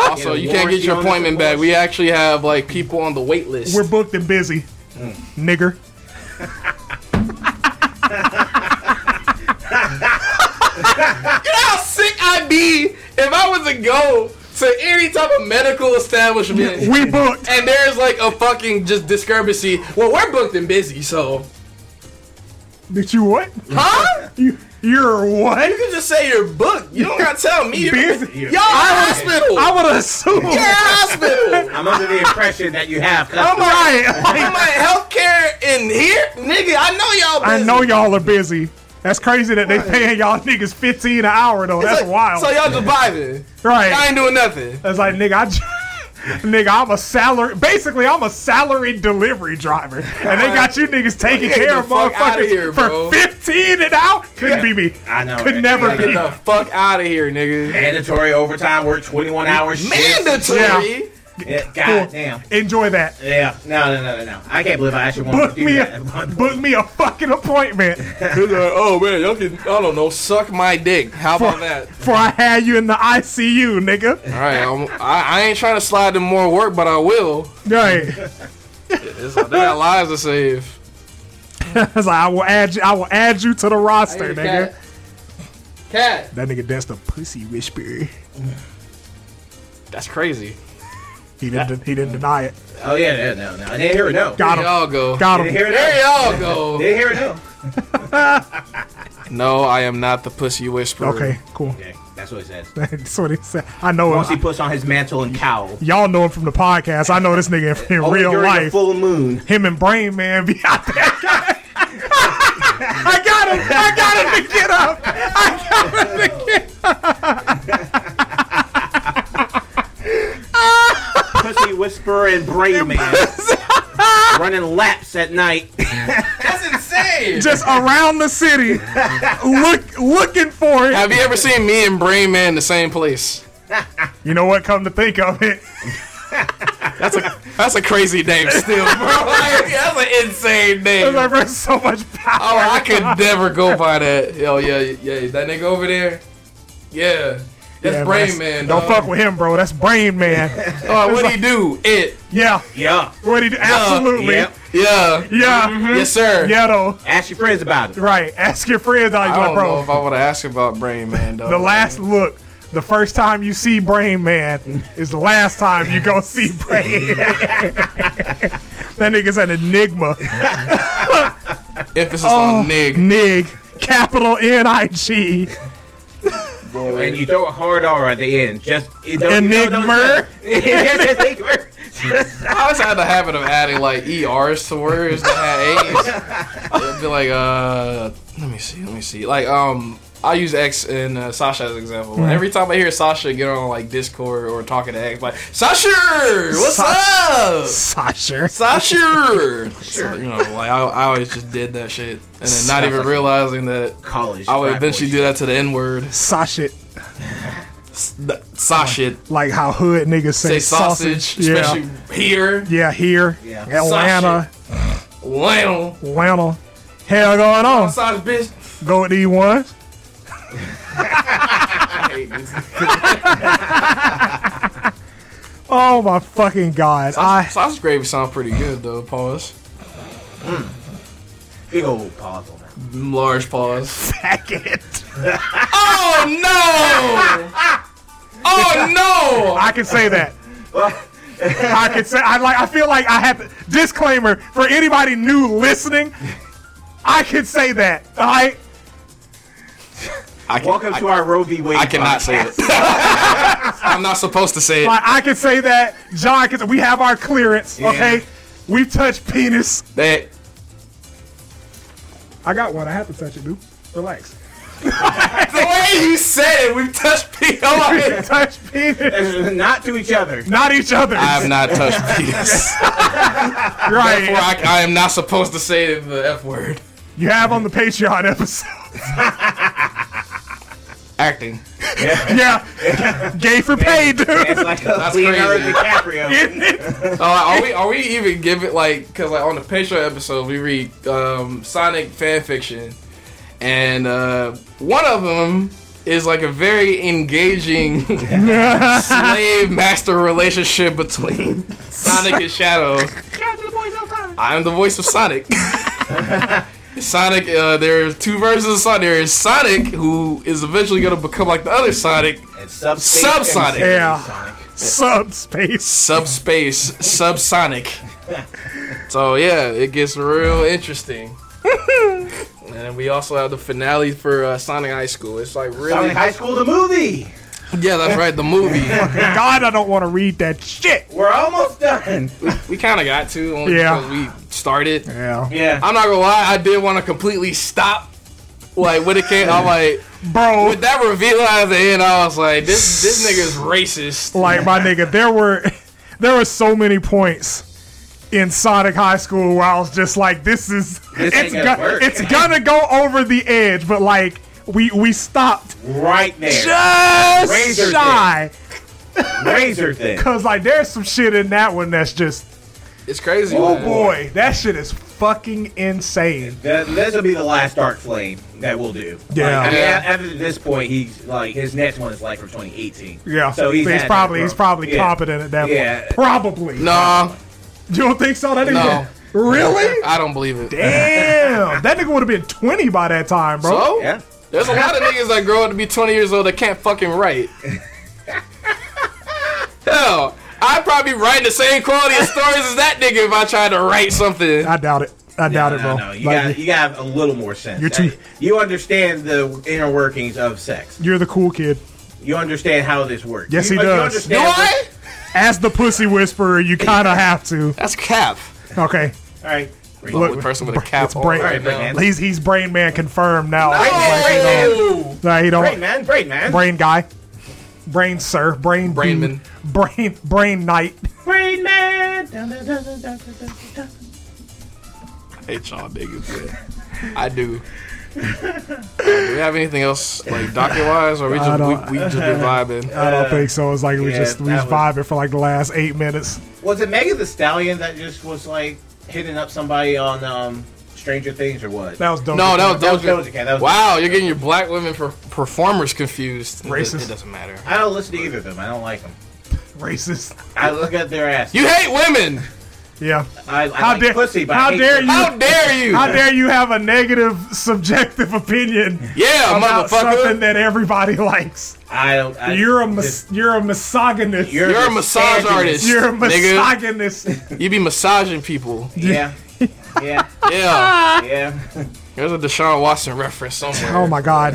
S1: Also,
S3: Get a
S1: you can't get
S3: warranty
S1: your
S3: on this
S1: appointment back. We actually have like people on the wait list.
S2: We're booked and busy, nigger.
S1: You know how sick I'd be if I was to go to any type of medical establishment.
S2: We booked.
S1: and there's like a fucking just discrepancy. Well, we're booked and busy, so
S2: Did you what?
S1: huh?
S2: You, you're what?
S1: You can just say you're booked. You don't gotta tell me. You're
S2: Busy.
S1: Y'all hospital.
S2: I would assume.
S1: You're hospital.
S3: I'm under the impression that you have.
S2: Oh
S1: I'm
S3: customers.
S2: Right. Like,
S1: I'm at healthcare in here, nigga. I know y'all. Busy.
S2: I know y'all are busy. That's crazy that they paying y'all niggas 15 an hour though. That's
S1: So-
S2: wild.
S1: So y'all just vibing. Y'all
S2: right.
S1: ain't doing nothing.
S2: That's like nigga, I j- nigga, I'm a salary basically I'm a salaried delivery driver. And they got you niggas taking
S1: Get
S2: care
S1: the
S2: of
S1: fuck outta
S2: motherfuckers
S1: here, bro.
S2: for 15 an hour? Couldn't be me.
S3: I know.
S2: Could
S3: right?
S2: never
S3: Like,
S2: be.
S1: Get the fuck out of here, nigga.
S3: Mandatory overtime work, 21 hours. shifts.
S1: Mandatory.
S3: Yeah,
S2: Cool.
S3: God damn.
S2: Enjoy that.
S3: Yeah. No, no, no, no, no. I can't believe I actually wanted
S2: Book
S3: to do
S2: me
S3: that.
S2: a book me a fucking appointment
S1: He's like, oh man, y'all can. I don't know. Suck my dick. How about that?
S2: before I had you in the ICU, nigga.
S1: All right. I'm, I, I ain't trying to slide in more work, but I will.
S2: Right.
S1: It's, they got lives to save.
S2: I was like, I will add you I will add you to the roster, nigga.
S1: Cat.
S2: That nigga danced a pussy whisper.
S1: That's crazy.
S2: He didn't. He didn't deny it.
S3: Oh yeah, no, no, no. I didn't hear it. No.
S2: Got him.
S1: Y'all go.
S2: Got
S3: Didn't
S2: him.
S3: hear it.
S1: There
S3: No.
S1: y'all go.
S3: Didn't hear it. No.
S1: No, I am not the pussy whisperer.
S2: Okay, cool.
S3: Okay, that's what it says.
S2: That's what he said. I know
S3: Once he
S2: him.
S3: puts on his mantle and cowl.
S2: Y'all know him from the podcast. I know this nigga in, in
S3: Only
S2: real
S3: during Oh, the
S2: life.
S3: full moon.
S2: Him and Brain Man be out there. I got him. I got him to get up. I got him to get
S3: Pussy whisperer and brain man. Running laps at night.
S1: That's insane.
S2: just around the city, look looking for it.
S1: Have you ever seen me and Brain Man in the same place?
S2: You know what? Come to think of it,
S1: That's a that's a crazy name still, bro. Like, that's an insane name.
S2: I read so much power.
S1: Oh, I could never go by that. Yo, yeah, yeah, that nigga over there. Yeah, that's
S2: Yeah,
S1: Brain
S2: that's-
S1: Man.
S2: Don't
S1: dog.
S2: fuck with him, bro. That's Brain Man.
S1: Oh, what he do? It.
S2: yeah.
S3: Yeah.
S2: What he do? Absolutely.
S3: Yep.
S1: Yeah.
S2: Yeah.
S1: Yes, sir.
S2: Yeah, though.
S3: Ask your friends about it.
S2: Right. Ask your friends. I,
S1: I
S2: was
S1: don't
S2: like,
S1: know
S2: bro.
S1: if I would ask about Brain Man though.
S2: The last look, the first time you see Brain Man is the last time you go see Brain. Man. that nigga's an enigma.
S1: emphasis on nig.
S2: Nig. Capital N I G.
S3: And you throw a hard R at the end. Just it don't,
S2: Enigma.
S3: Yes, enigma.
S1: I always had the habit of adding like ers to words that had a's. It'd be like, uh, let me see, let me see. Like, um, I use X and uh, Sasha as an example. Every time I hear Sasha get on like Discord or talking to X, like Sasha, what's
S2: Sa-
S1: up?
S2: Sasha.
S1: Sasha. So, you know, like I, I always just did that shit, and then not even realizing that
S3: College.
S1: I would
S3: frat
S1: eventually
S3: boys.
S1: do that to the N word.
S2: Sasha.
S1: S- the- Sasha
S2: Like how hood niggas say,
S1: say sausage, especially
S2: Yeah.
S1: here.
S2: Yeah, here.
S3: Yeah.
S2: Atlanta.
S1: Wow.
S2: Atlanta. Hell going on.
S1: Oh, Sausage, bitch.
S2: Go E with these ones.
S1: I hate this.
S2: Oh my fucking god. I
S1: Sausage gravy sounds pretty good though. Pause.
S3: Big old pause on that.
S1: Large pause.
S2: pack it.
S1: Oh no! Oh no!
S2: I can say that. I can say I like I feel like I have to disclaimer for anybody new listening. I can say that. I
S1: I, can,
S3: Welcome
S1: I,
S3: to our Roe v. Wade.
S1: I cannot say it. I'm not supposed to say it.
S2: like I can say that. John can we have our clearance, okay? We've touched penis.
S1: That
S2: I got one. I have to touch it, dude. Relax.
S1: the way you said it, we've touched P. Oh, I-
S2: touch penis.
S3: podcast. Not to each other.
S2: Not each other.
S1: I have not touched penis.
S2: right.
S1: Therefore, I, I am not supposed to say the F word.
S2: You have on the Patreon episode.
S1: Acting.
S2: yeah. Gay for pay, dude.
S3: It's like a
S1: That's
S3: Leonardo
S1: crazy.
S3: DiCaprio.
S1: Uh, are we are we even giving like because like on the Patreon episode we read um, Sonic fan fiction, and uh, one of them is like a very engaging slave master relationship between Sonic and Shadow. I am the voice of Sonic. Sonic, uh, there are two versions of Sonic. There is Sonic, who is eventually going to become like the other Sonic,
S3: And subspace
S1: Subsonic.
S3: and
S2: Yeah.
S3: Sonic.
S2: Subspace.
S1: subspace, subsonic. So yeah, it gets real interesting. and we also have the finale for uh, Sonic High School. It's like really,
S3: Sonic High School, the movie.
S1: yeah, that's right, the movie.
S2: God, I don't want to read that shit.
S3: We're almost done.
S1: we kind of got to only
S2: Yeah.
S1: because we started.
S2: Yeah.
S3: Yeah.
S1: I'm not gonna lie, I did want to completely stop. Like when it came, I'm like
S2: Bro,
S1: with that reveal at the end, I was like, this this nigga's racist.
S2: like my nigga, there were there were so many points in Sonic High School where I was just like, this is
S3: This ain't
S2: it's
S3: gonna
S2: go-
S3: work.
S2: it's gonna go over the edge, but like we we stopped
S3: Right there.
S2: just
S3: Razor
S2: shy
S3: Razor thing.
S2: because like there's some shit in that one that's just
S1: It's crazy.
S2: oh
S1: man.
S2: boy, that shit is fucking insane.
S3: That, this will be the last Dark Flame that we'll do.
S2: Yeah.
S3: Like, I mean,
S1: Yeah.
S3: a- After this point, he's like his next one is like from 2018.
S2: Yeah,
S3: So he's, had that,
S2: probably
S3: bro.
S2: he's probably
S3: Yeah.
S2: competent at that
S3: Yeah.
S2: point. Probably.
S1: Nah,
S2: You don't think so? That
S1: No.
S2: nigga. Really?
S1: I don't believe it.
S2: Damn, that nigga would have been twenty by that time, bro.
S1: So
S3: Yeah.
S1: There's a lot of niggas that grow up to be 20 years old that can't fucking write. Hell, I'd probably write the same quality of stories as that nigga if I tried to write something.
S2: I doubt it. I doubt it, bro.
S3: No, no, you
S2: Like,
S3: got you got a little more sense.
S2: You're too-
S3: You understand the inner workings of sex.
S2: You're the cool kid.
S3: You understand how this works.
S2: Yes,
S3: you,
S2: he
S3: you
S2: does.
S1: Do
S3: understand
S1: I?
S2: As the pussy whisperer, you kind of have to.
S1: That's cap.
S2: Okay.
S3: All right. Bring
S1: Look,
S3: it.
S1: person with a cap
S2: it's
S1: on
S2: brain-
S1: right
S3: Brain
S1: now.
S3: man.
S2: He's he's brain man confirmed now.
S3: Brain
S2: Like,
S3: man.
S1: Oh,
S2: nah, he don't
S3: Brain man, brain man.
S2: brain guy, brain sir, brain
S1: Brain
S2: dude,
S1: man.
S2: brain brain knight.
S3: Brain man. Dun, dun, dun, dun, dun, dun, dun, dun.
S1: I hate y'all niggas, man. I do. Uh, do we have anything else like docket wise, or we
S2: I
S1: just
S2: don't-
S1: we, we just been vibing?
S2: I don't think so. It's like we
S3: yeah,
S2: just we
S3: that
S2: just
S3: was-
S2: vibing for like the last eight minutes.
S3: Was it Megan the Stallion that just was like hitting up somebody on um, Stranger Things or what?
S2: That was dope.
S1: No, that was
S3: That was
S1: Doja
S3: Doja Cat, that was
S1: Wow, you're getting your black women per- performers confused. It does-
S2: Racist.
S1: It doesn't matter.
S3: I don't listen to either of them. I don't like them.
S2: racist.
S3: I look at their ass.
S1: You hate women.
S2: Yeah.
S3: I, I
S2: How
S3: like
S2: dare-
S3: pussy, but
S2: how
S3: I hate
S2: dare
S3: pussy.
S2: you-
S1: How dare you?
S2: How dare you have a negative subjective opinion
S1: Yeah,
S2: about something
S1: motherfucker.
S2: that everybody likes?
S3: I don't. I,
S2: You're a mis- you're a misogynist. You're,
S1: You're a massage artist.
S3: misogynist.
S2: a
S1: nigga.
S2: misogynist.
S1: You be massaging people.
S3: Yeah. Yeah.
S1: Yeah.
S3: Yeah.
S1: There's a Deshaun Watson reference somewhere.
S2: oh my God,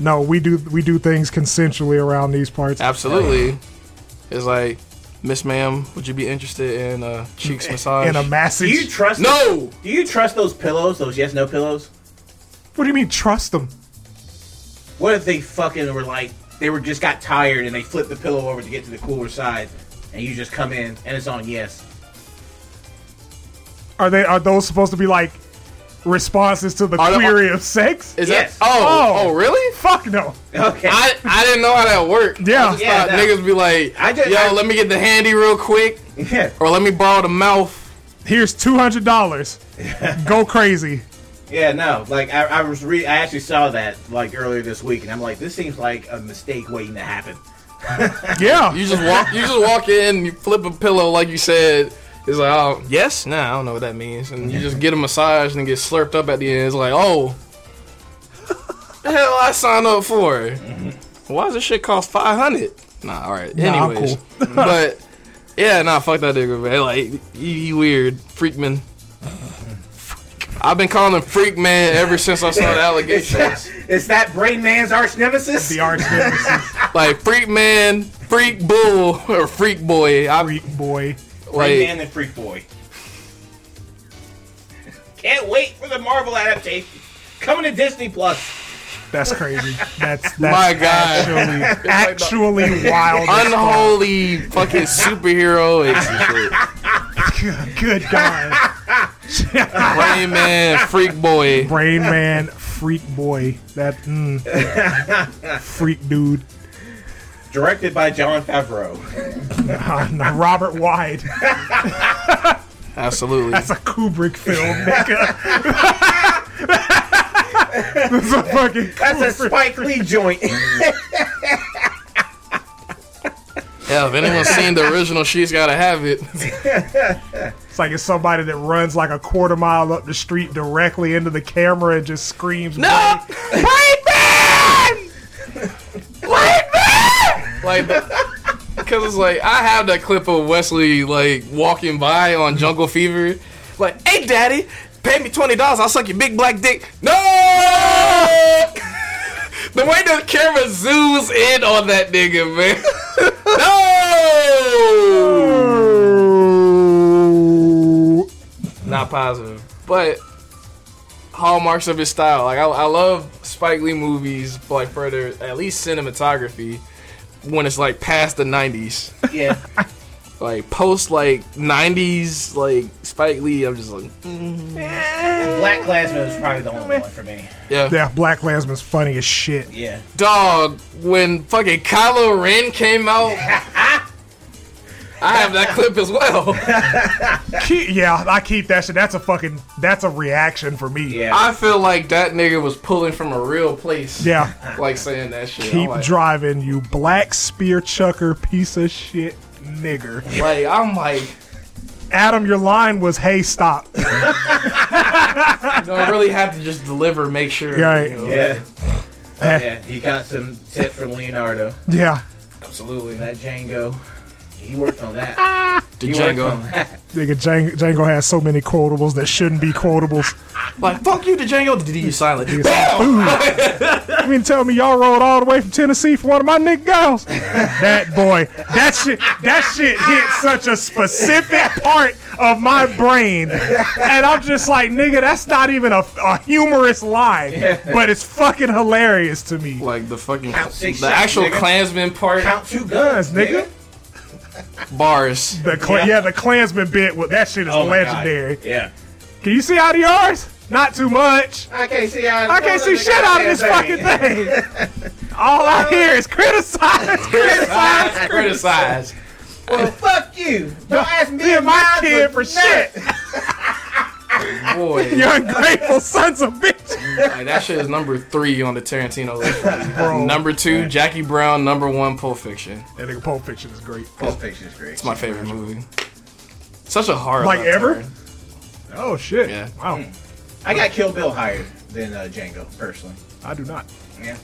S2: no, no. We do we do things consensually around these parts.
S1: Absolutely. It's like, Miss Ma'am, would you be interested in a cheeks massage?
S2: In a
S3: Do you
S2: massage.
S3: trust?
S1: no!
S3: Do you trust those pillows? Those yes no pillows?
S2: what do you mean trust them?
S3: What if they fucking were like they were just got tired and they flipped the pillow over to get to the cooler side, and you just come in and it's on yes.
S2: Are they are those supposed to be like responses to the
S1: Are there-
S2: query of sex?
S1: Is
S3: Yes.
S1: that? Oh,
S2: Oh.
S1: oh, really?
S2: Fuck no.
S3: Okay.
S1: I, I didn't know how that worked.
S2: Yeah.
S1: I just
S3: Yeah,
S1: thought
S3: no.
S1: niggas be like,
S3: I just-
S1: yo,
S3: I-
S1: let me get the handy real quick,
S3: yeah.
S1: or let me borrow the mouth.
S2: Here's two hundred dollars. Go crazy.
S3: Yeah, no. Like I, I was re- I actually saw that like earlier this week, and I'm like, this seems like a mistake waiting to happen.
S2: Yeah.
S1: You just walk. you just walk in. You flip a pillow, like you said. It's like, oh, yes, nah, I don't know what that means. And you just get a massage and get slurped up at the end. It's like, oh, the hell I signed up for. Why does this shit cost five hundred? Nah, all right.
S2: Nah, I'm
S1: Anyways, but yeah, nah, fuck that nigga, man. Like, he, he weird, freak man. I've been calling him freak man ever since I saw the
S3: It's
S1: allegations.
S3: Oh, that, it's that brain man's arch nemesis.
S2: The arch nemesis,
S1: Like freak man, freak bull, or freak boy. I
S2: freak boy.
S1: like.
S3: Brain man and freak boy. Can't wait for the Marvel adaptation coming to Disney Plus.
S2: That's crazy. That's that's
S1: My God.
S2: actually, actually wild. as fuck.
S1: Unholy fucking superhero and shit.
S2: Good, good God.
S1: Rain Man, Freak Boy.
S2: Brain man, freak boy. That mm. freak dude.
S3: Directed by John Favreau.
S2: Uh, no, Robert Wide.
S1: Absolutely.
S2: That's a Kubrick film, nigga. That's a fucking
S3: That's a
S2: Kubrick.
S3: Spike Lee joint.
S1: Yeah, if anyone's seen the original, she's gotta have it.
S2: It's like it's somebody that runs like a quarter mile up the street directly into the camera and just screams.
S1: No! Rain Man! Rain Man! Like, because it's like, I have that clip of Wesley, like, walking by on Jungle Fever. Like, hey, daddy, pay me $20, I'll suck your big black dick. No! the way the camera zooms in on that nigga, man. no!
S2: No!
S1: Not positive. But hallmarks of his style. Like I, I love Spike Lee movies, but like further at least cinematography when it's like past the '90s,
S3: yeah.
S1: like post like '90s, like Spike Lee. I'm just like, mm,
S3: Black Klansman was probably the only one for me.
S1: yeah,
S2: Yeah, Black Klansman's funny as shit.
S3: Yeah.
S1: dog. When fucking Kylo Ren came out. I have that clip as well.
S2: Keep, yeah, I keep that shit. That's a fucking. That's a reaction for me.
S3: Yeah.
S1: I feel like that nigga was pulling from a real place.
S2: Yeah.
S1: Like saying that shit. I'm
S2: Keep
S1: like,
S2: driving, you black spear chucker piece of shit nigger.
S1: like, I'm like,
S2: Adam, your line was, "Hey, stop."
S1: don't really have to just deliver, make sure.
S2: Right.
S3: yeah.
S2: Eh,
S3: Yeah. He got some tip from Leonardo.
S2: yeah,
S3: Absolutely. That Django. He worked on that.
S1: The
S3: He worked on
S1: Django.
S3: that.
S2: nigga, Django, Django has so many quotables that shouldn't be quotables.
S1: Like, fuck you, the Django. Did you silent?
S2: You mean to tell me y'all rode all the way from Tennessee for one of my nigga girls? that boy, that shit, that shit hit such a specific part of my brain, and I'm just like, nigga, that's not even a, a humorous line, but it's fucking hilarious to me.
S1: Like the fucking
S3: Count six
S1: the
S3: shots,
S1: actual
S3: nigga.
S1: Klansman part
S3: Count two guns,
S2: nigga.
S3: nigga.
S1: bars.
S2: The Kla-
S3: Yeah.
S2: yeah. the Klansman bit, well, that shit is
S3: Oh my God.
S2: legendary.
S3: Yeah.
S2: Can you see out of yours? Not too much.
S3: I can't see out.
S2: I can't see shit out of this fucking thing. All I hear is criticize, criticize,
S1: Criticize.
S3: Well, fuck you. Don't ask me
S2: Yeah,
S3: and
S2: my
S3: mine
S2: kid for shit.
S1: Boy,
S2: You ungrateful sons of bitches.
S1: like, that shit is number three on the Tarantino list.
S2: Bro.
S1: number two, Jackie Brown. Number one, Pulp Fiction.
S2: That nigga Pulp Fiction is great.
S3: Pulp Fiction's great.
S1: It's my favorite movie. Such a horror.
S2: Like
S1: left
S2: ever?
S1: turn.
S2: Oh shit.
S1: Yeah.
S2: Wow.
S3: I got Kill Bill higher than uh, Django personally.
S2: I do not.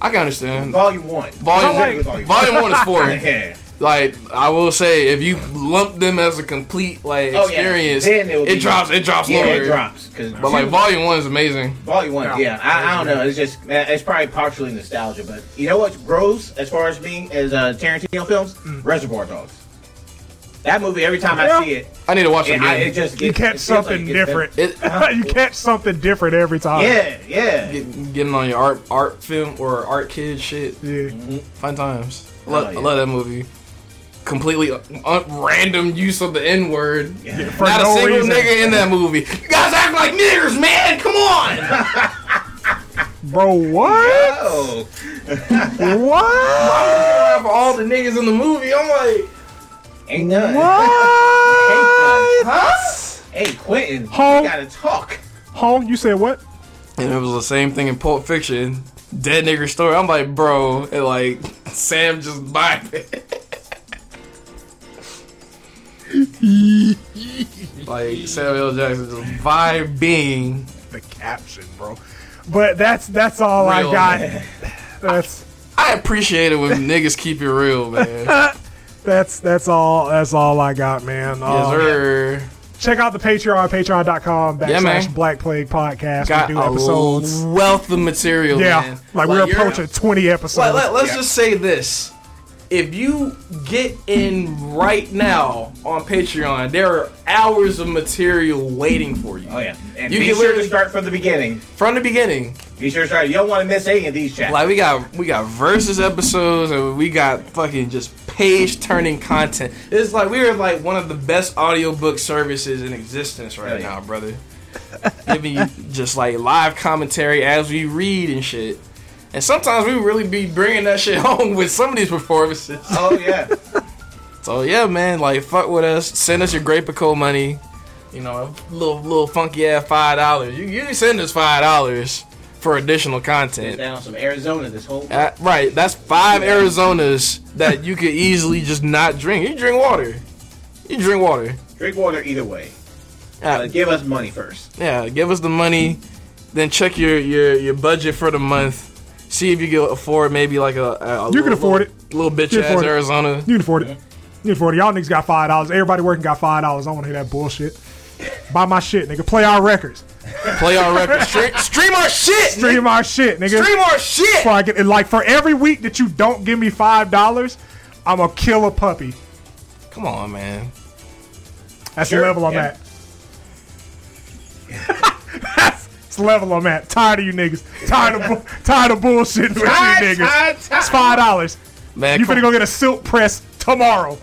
S1: I can understand.
S3: Volume one.
S1: Volume,
S3: Volume one.
S1: volume one is four.
S3: Yeah.
S1: Like I will say, if you lump them as a complete like
S3: Oh, yeah.
S1: experience,
S3: Then it would
S1: it,
S3: be-
S1: drops. It drops
S3: Yeah,
S1: lower.
S3: it drops. 'cause
S1: But like
S3: two-
S1: volume one is amazing.
S3: Volume one,
S2: No.
S3: yeah. I, I don't know. It's just uh, it's probably partially nostalgia, but you know what grows as far as me as uh, Tarantino films? Reservoir Dogs. That movie, every time
S2: Hmm. Yeah.
S3: I see it,
S1: I need to watch it
S3: it, I, it
S1: again.
S3: just gets,
S2: You
S3: it
S2: catch
S3: feels like it
S2: something
S3: gets better.
S2: different.
S1: It, uh,
S2: you catch something different every time.
S3: Yeah, yeah.
S1: get- getting on your art art film or art kid shit.
S2: Yeah.
S1: Fun times. I love,
S3: Oh, yeah.
S1: I love that movie. Completely un- random use of the N word.
S3: Yeah.
S2: For
S1: Not
S2: no
S1: a single
S2: reason.
S1: nigga in that movie. You guys act like like niggers, man. Come on.
S2: Bro, what?
S3: Oh,
S2: What?
S1: Ah, For all the niggas in the movie, I'm like,
S3: ain't none.
S2: What?
S1: huh?
S3: Hey, Quentin,
S2: Huh?
S3: we gotta talk.
S2: Home, you said what?
S1: And it was the same thing in Pulp Fiction. Dead nigger story. I'm like, bro, and like Sam just vibing. like Samuel Jackson just vibing.
S2: The caption, bro. But that's that's all I
S1: Real,
S2: got.
S1: man.
S2: That's
S1: I appreciate it when niggas keep it real, man.
S2: Oh,
S1: Yes,
S2: that's that's all that's all I got, man. Uh,
S1: sir.
S2: check out the Patreon, patreon.com
S1: Yeah, man.
S2: backslash Black Plague Podcast.
S1: Got
S2: we
S1: a
S2: do episodes.
S1: wealth of material,
S2: Yeah.
S1: man.
S2: Like, we're
S1: you're-
S2: approaching twenty episodes.
S1: Let, let, us
S3: Yeah.
S1: just say this. If you get in right now on Patreon, there are hours of material waiting for you.
S3: Oh yeah, and
S1: You
S3: be
S1: can
S3: sure to
S1: literally-
S3: start from the beginning.
S1: From the beginning.
S3: Be sure to start. You don't want to miss any of these chats.
S1: Like we got we got versus episodes and we got fucking just page turning content. It's like we are like one of the best audiobook services in existence right
S3: Hell yeah.
S1: now, brother. Giving you just like live commentary as we read and shit. And sometimes we really be bringing that shit home with some of these performances.
S3: oh yeah,
S1: So yeah, man, like fuck with us. Send us your great Pico money. You know, a little little funky ass five dollars. You you can send us five dollars for additional content.
S3: down some Arizona this whole.
S1: Uh, right, that's five Arizonas that you could easily just not drink. You drink water. You drink water.
S3: Drink water either way.
S1: Uh,
S3: But give us money first.
S1: yeah, give us the money, then check your your your budget for the month. See if you can afford maybe like a, a, a
S2: You can afford it.
S1: Little bitch
S2: You can
S1: ass
S2: afford it.
S1: Arizona.
S2: You can afford it. You can afford it. Y'all niggas got five dollars. Everybody working got five dollars. I want to hear that bullshit. Buy my shit, nigga. Play our records.
S1: Play our record. Stream, stream our shit. Stream,
S2: Stream our shit, nigga.
S1: stream our shit.
S2: Before I get- and, like for every week that you don't give me five dollars, I'm gonna kill a puppy.
S1: Come on, man.
S2: That's
S3: Sure,
S2: the level I'm
S3: yeah.
S2: at. That's the level I'm at. Tired of you niggas. Tired of bu- tired of bullshitting with you
S3: Tired,
S2: niggas.
S3: tired, tired.
S2: It's five dollars.
S1: Man,
S2: You
S1: come-
S2: finna go get a silk press tomorrow.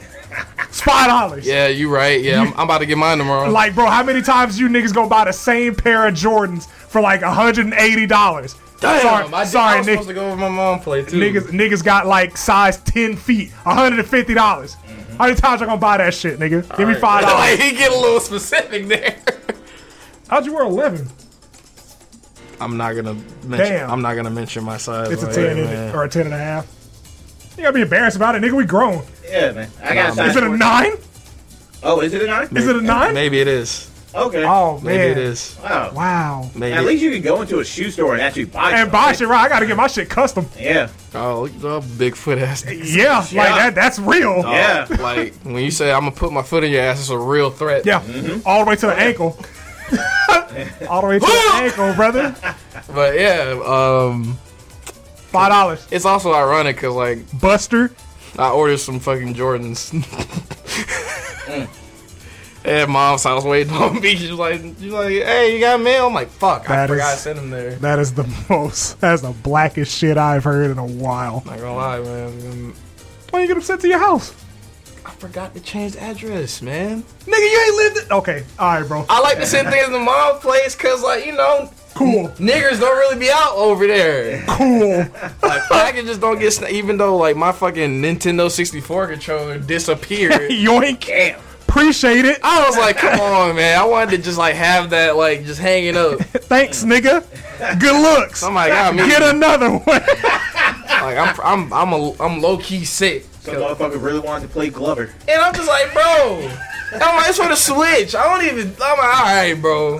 S2: It's five dollars.
S1: Yeah, you right. Yeah, I'm, I'm about to get mine tomorrow.
S2: Like, bro, how many times you niggas gonna buy the same pair of Jordans for like $180?
S1: Damn,
S2: sorry,
S1: I, I
S2: sorry,
S1: was
S2: ni-
S1: supposed to go over my mom play too.
S2: niggas, niggas got like size 10 feet, $150. dollars How many times you gonna buy that shit, nigga? Give me $5.
S1: Mm-hmm. like he get a little specific there.
S2: How'd you wear 11?
S1: I'm not gonna mention.
S2: Damn.
S1: I'm not gonna mention my size.
S2: It's a
S1: on
S2: 10
S1: here,
S2: isn't it?
S1: Oh, man.
S2: or a 10 and a half. You gotta be embarrassed about it, nigga. We grown.
S3: Yeah, man.
S1: Nah,
S3: I got a
S1: man.
S3: size
S2: Is it a
S3: 14.
S2: nine?
S3: Oh, is it a nine?
S2: Is it a nine?
S1: Maybe it is.
S3: Okay.
S2: Oh man.
S1: Maybe it is.
S3: Wow.
S2: Wow.
S1: Maybe.
S3: At least you can go into a shoe store and actually buy.
S2: And
S3: something.
S2: buy shit right. I gotta get my shit custom.
S3: Yeah.
S1: oh, look at the Bigfoot ass.
S2: Yeah, like
S3: Yeah.
S2: that. That's real.
S1: Oh,
S3: Yeah.
S1: like when you say I'm gonna put my foot in your ass, it's a real threat.
S2: Yeah,
S1: Mm-hmm.
S2: all the way to the ankle. all the way to the ankle, brother.
S1: But yeah, um,
S2: Five dollars.
S1: it's also ironic because like
S2: Buster.
S1: I ordered some fucking Jordans.
S2: Mm.
S1: And mom's house way in Palm Beach. She's like, she's like, hey, you got mail? I'm like, fuck, I
S2: That
S1: forgot
S2: is-
S1: I sent him there.
S2: That is the most. That's the blackest shit I've heard in a while.
S1: Not gonna lie, man.
S2: Why you get upset to your house,
S1: I forgot to change the address, man.
S2: nigga? You ain't lived it. Okay, all right, bro.
S1: I like to send things to mom's place because, like, you know,
S2: Cool,
S1: niggers don't really be out over there.
S2: cool.
S1: Like packages don't get sna- even though like my fucking Nintendo 64 controller disappeared.
S2: Yoink.
S3: Damn.
S2: Appreciate it.
S1: I was like, come on, man. I wanted to just like have that like just hanging up.
S2: Thanks, nigga. Good looks.
S1: mm. Somebody got me.
S2: Get another one.
S1: Like I'm I'm I'm a, I'm low key sick.
S3: Some motherfucker really wanted to play Glover.
S1: And I'm just like, bro. I'm like, it's for the Switch. I don't even. I'm like, all right, bro.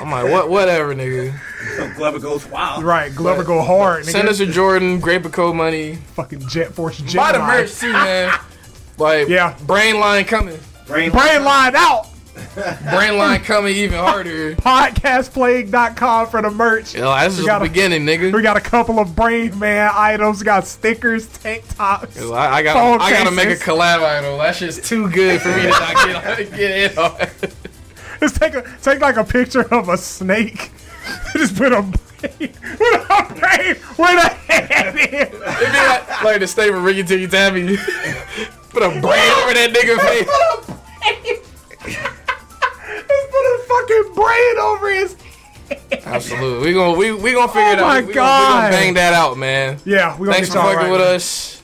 S1: I'm like, what? Whatever, nigga.
S3: So Glover goes wild.
S2: right, Glover go hard. Nigga.
S1: Send us a Jordan, Great Pico money.
S2: fucking Jet Force. Jet
S1: Buy the
S2: line.
S1: merch too, man. Like,
S2: Yeah.
S1: brain line coming.
S3: Brain.
S2: Brain line out.
S1: Brain line coming even harder.
S2: Podcastplague.com for the merch.
S1: Yo, that's just
S2: gotta-
S1: the beginning, nigga.
S2: We got a couple of Brain Man items. We got stickers, tank tops.
S1: Yo, I, I gotta,
S2: Phone
S1: I gotta make a
S2: cases.
S1: collab idol. That shit's too good for me to not get, get in on.
S2: Just take a take like a picture of a snake. Just put a brain, put a brain with a head in.
S1: It'd be like, like the statement Ricky Tikki Taffy. Put a brain over that nigga face.
S2: Just fucking brain over his.
S1: Absolutely. We gonna we we gonna figure it out.
S2: Oh my
S1: we gonna, we gonna
S2: God.
S1: bang that out, man.
S2: Yeah, we gonna
S1: Thanks for
S2: get y'all
S1: fucking
S2: right,
S1: with
S2: man.
S1: us.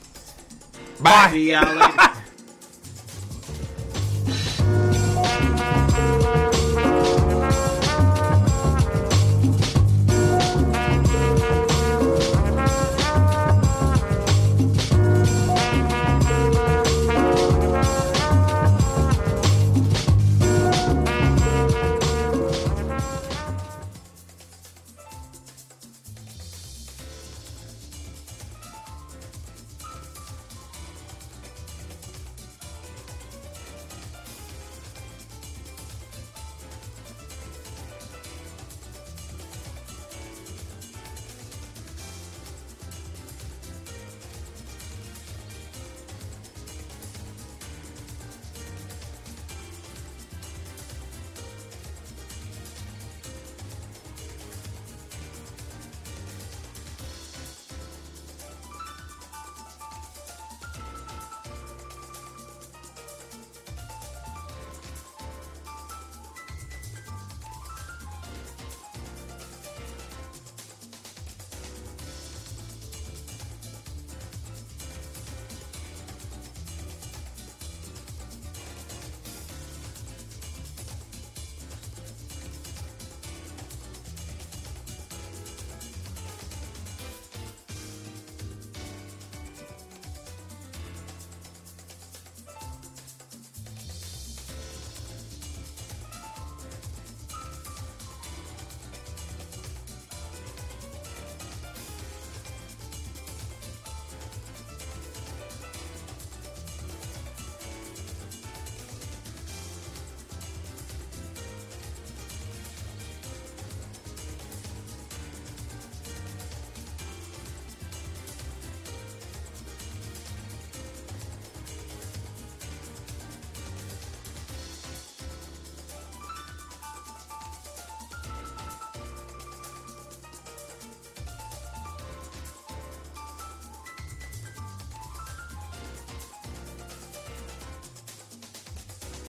S1: Bye.
S3: See y'all later.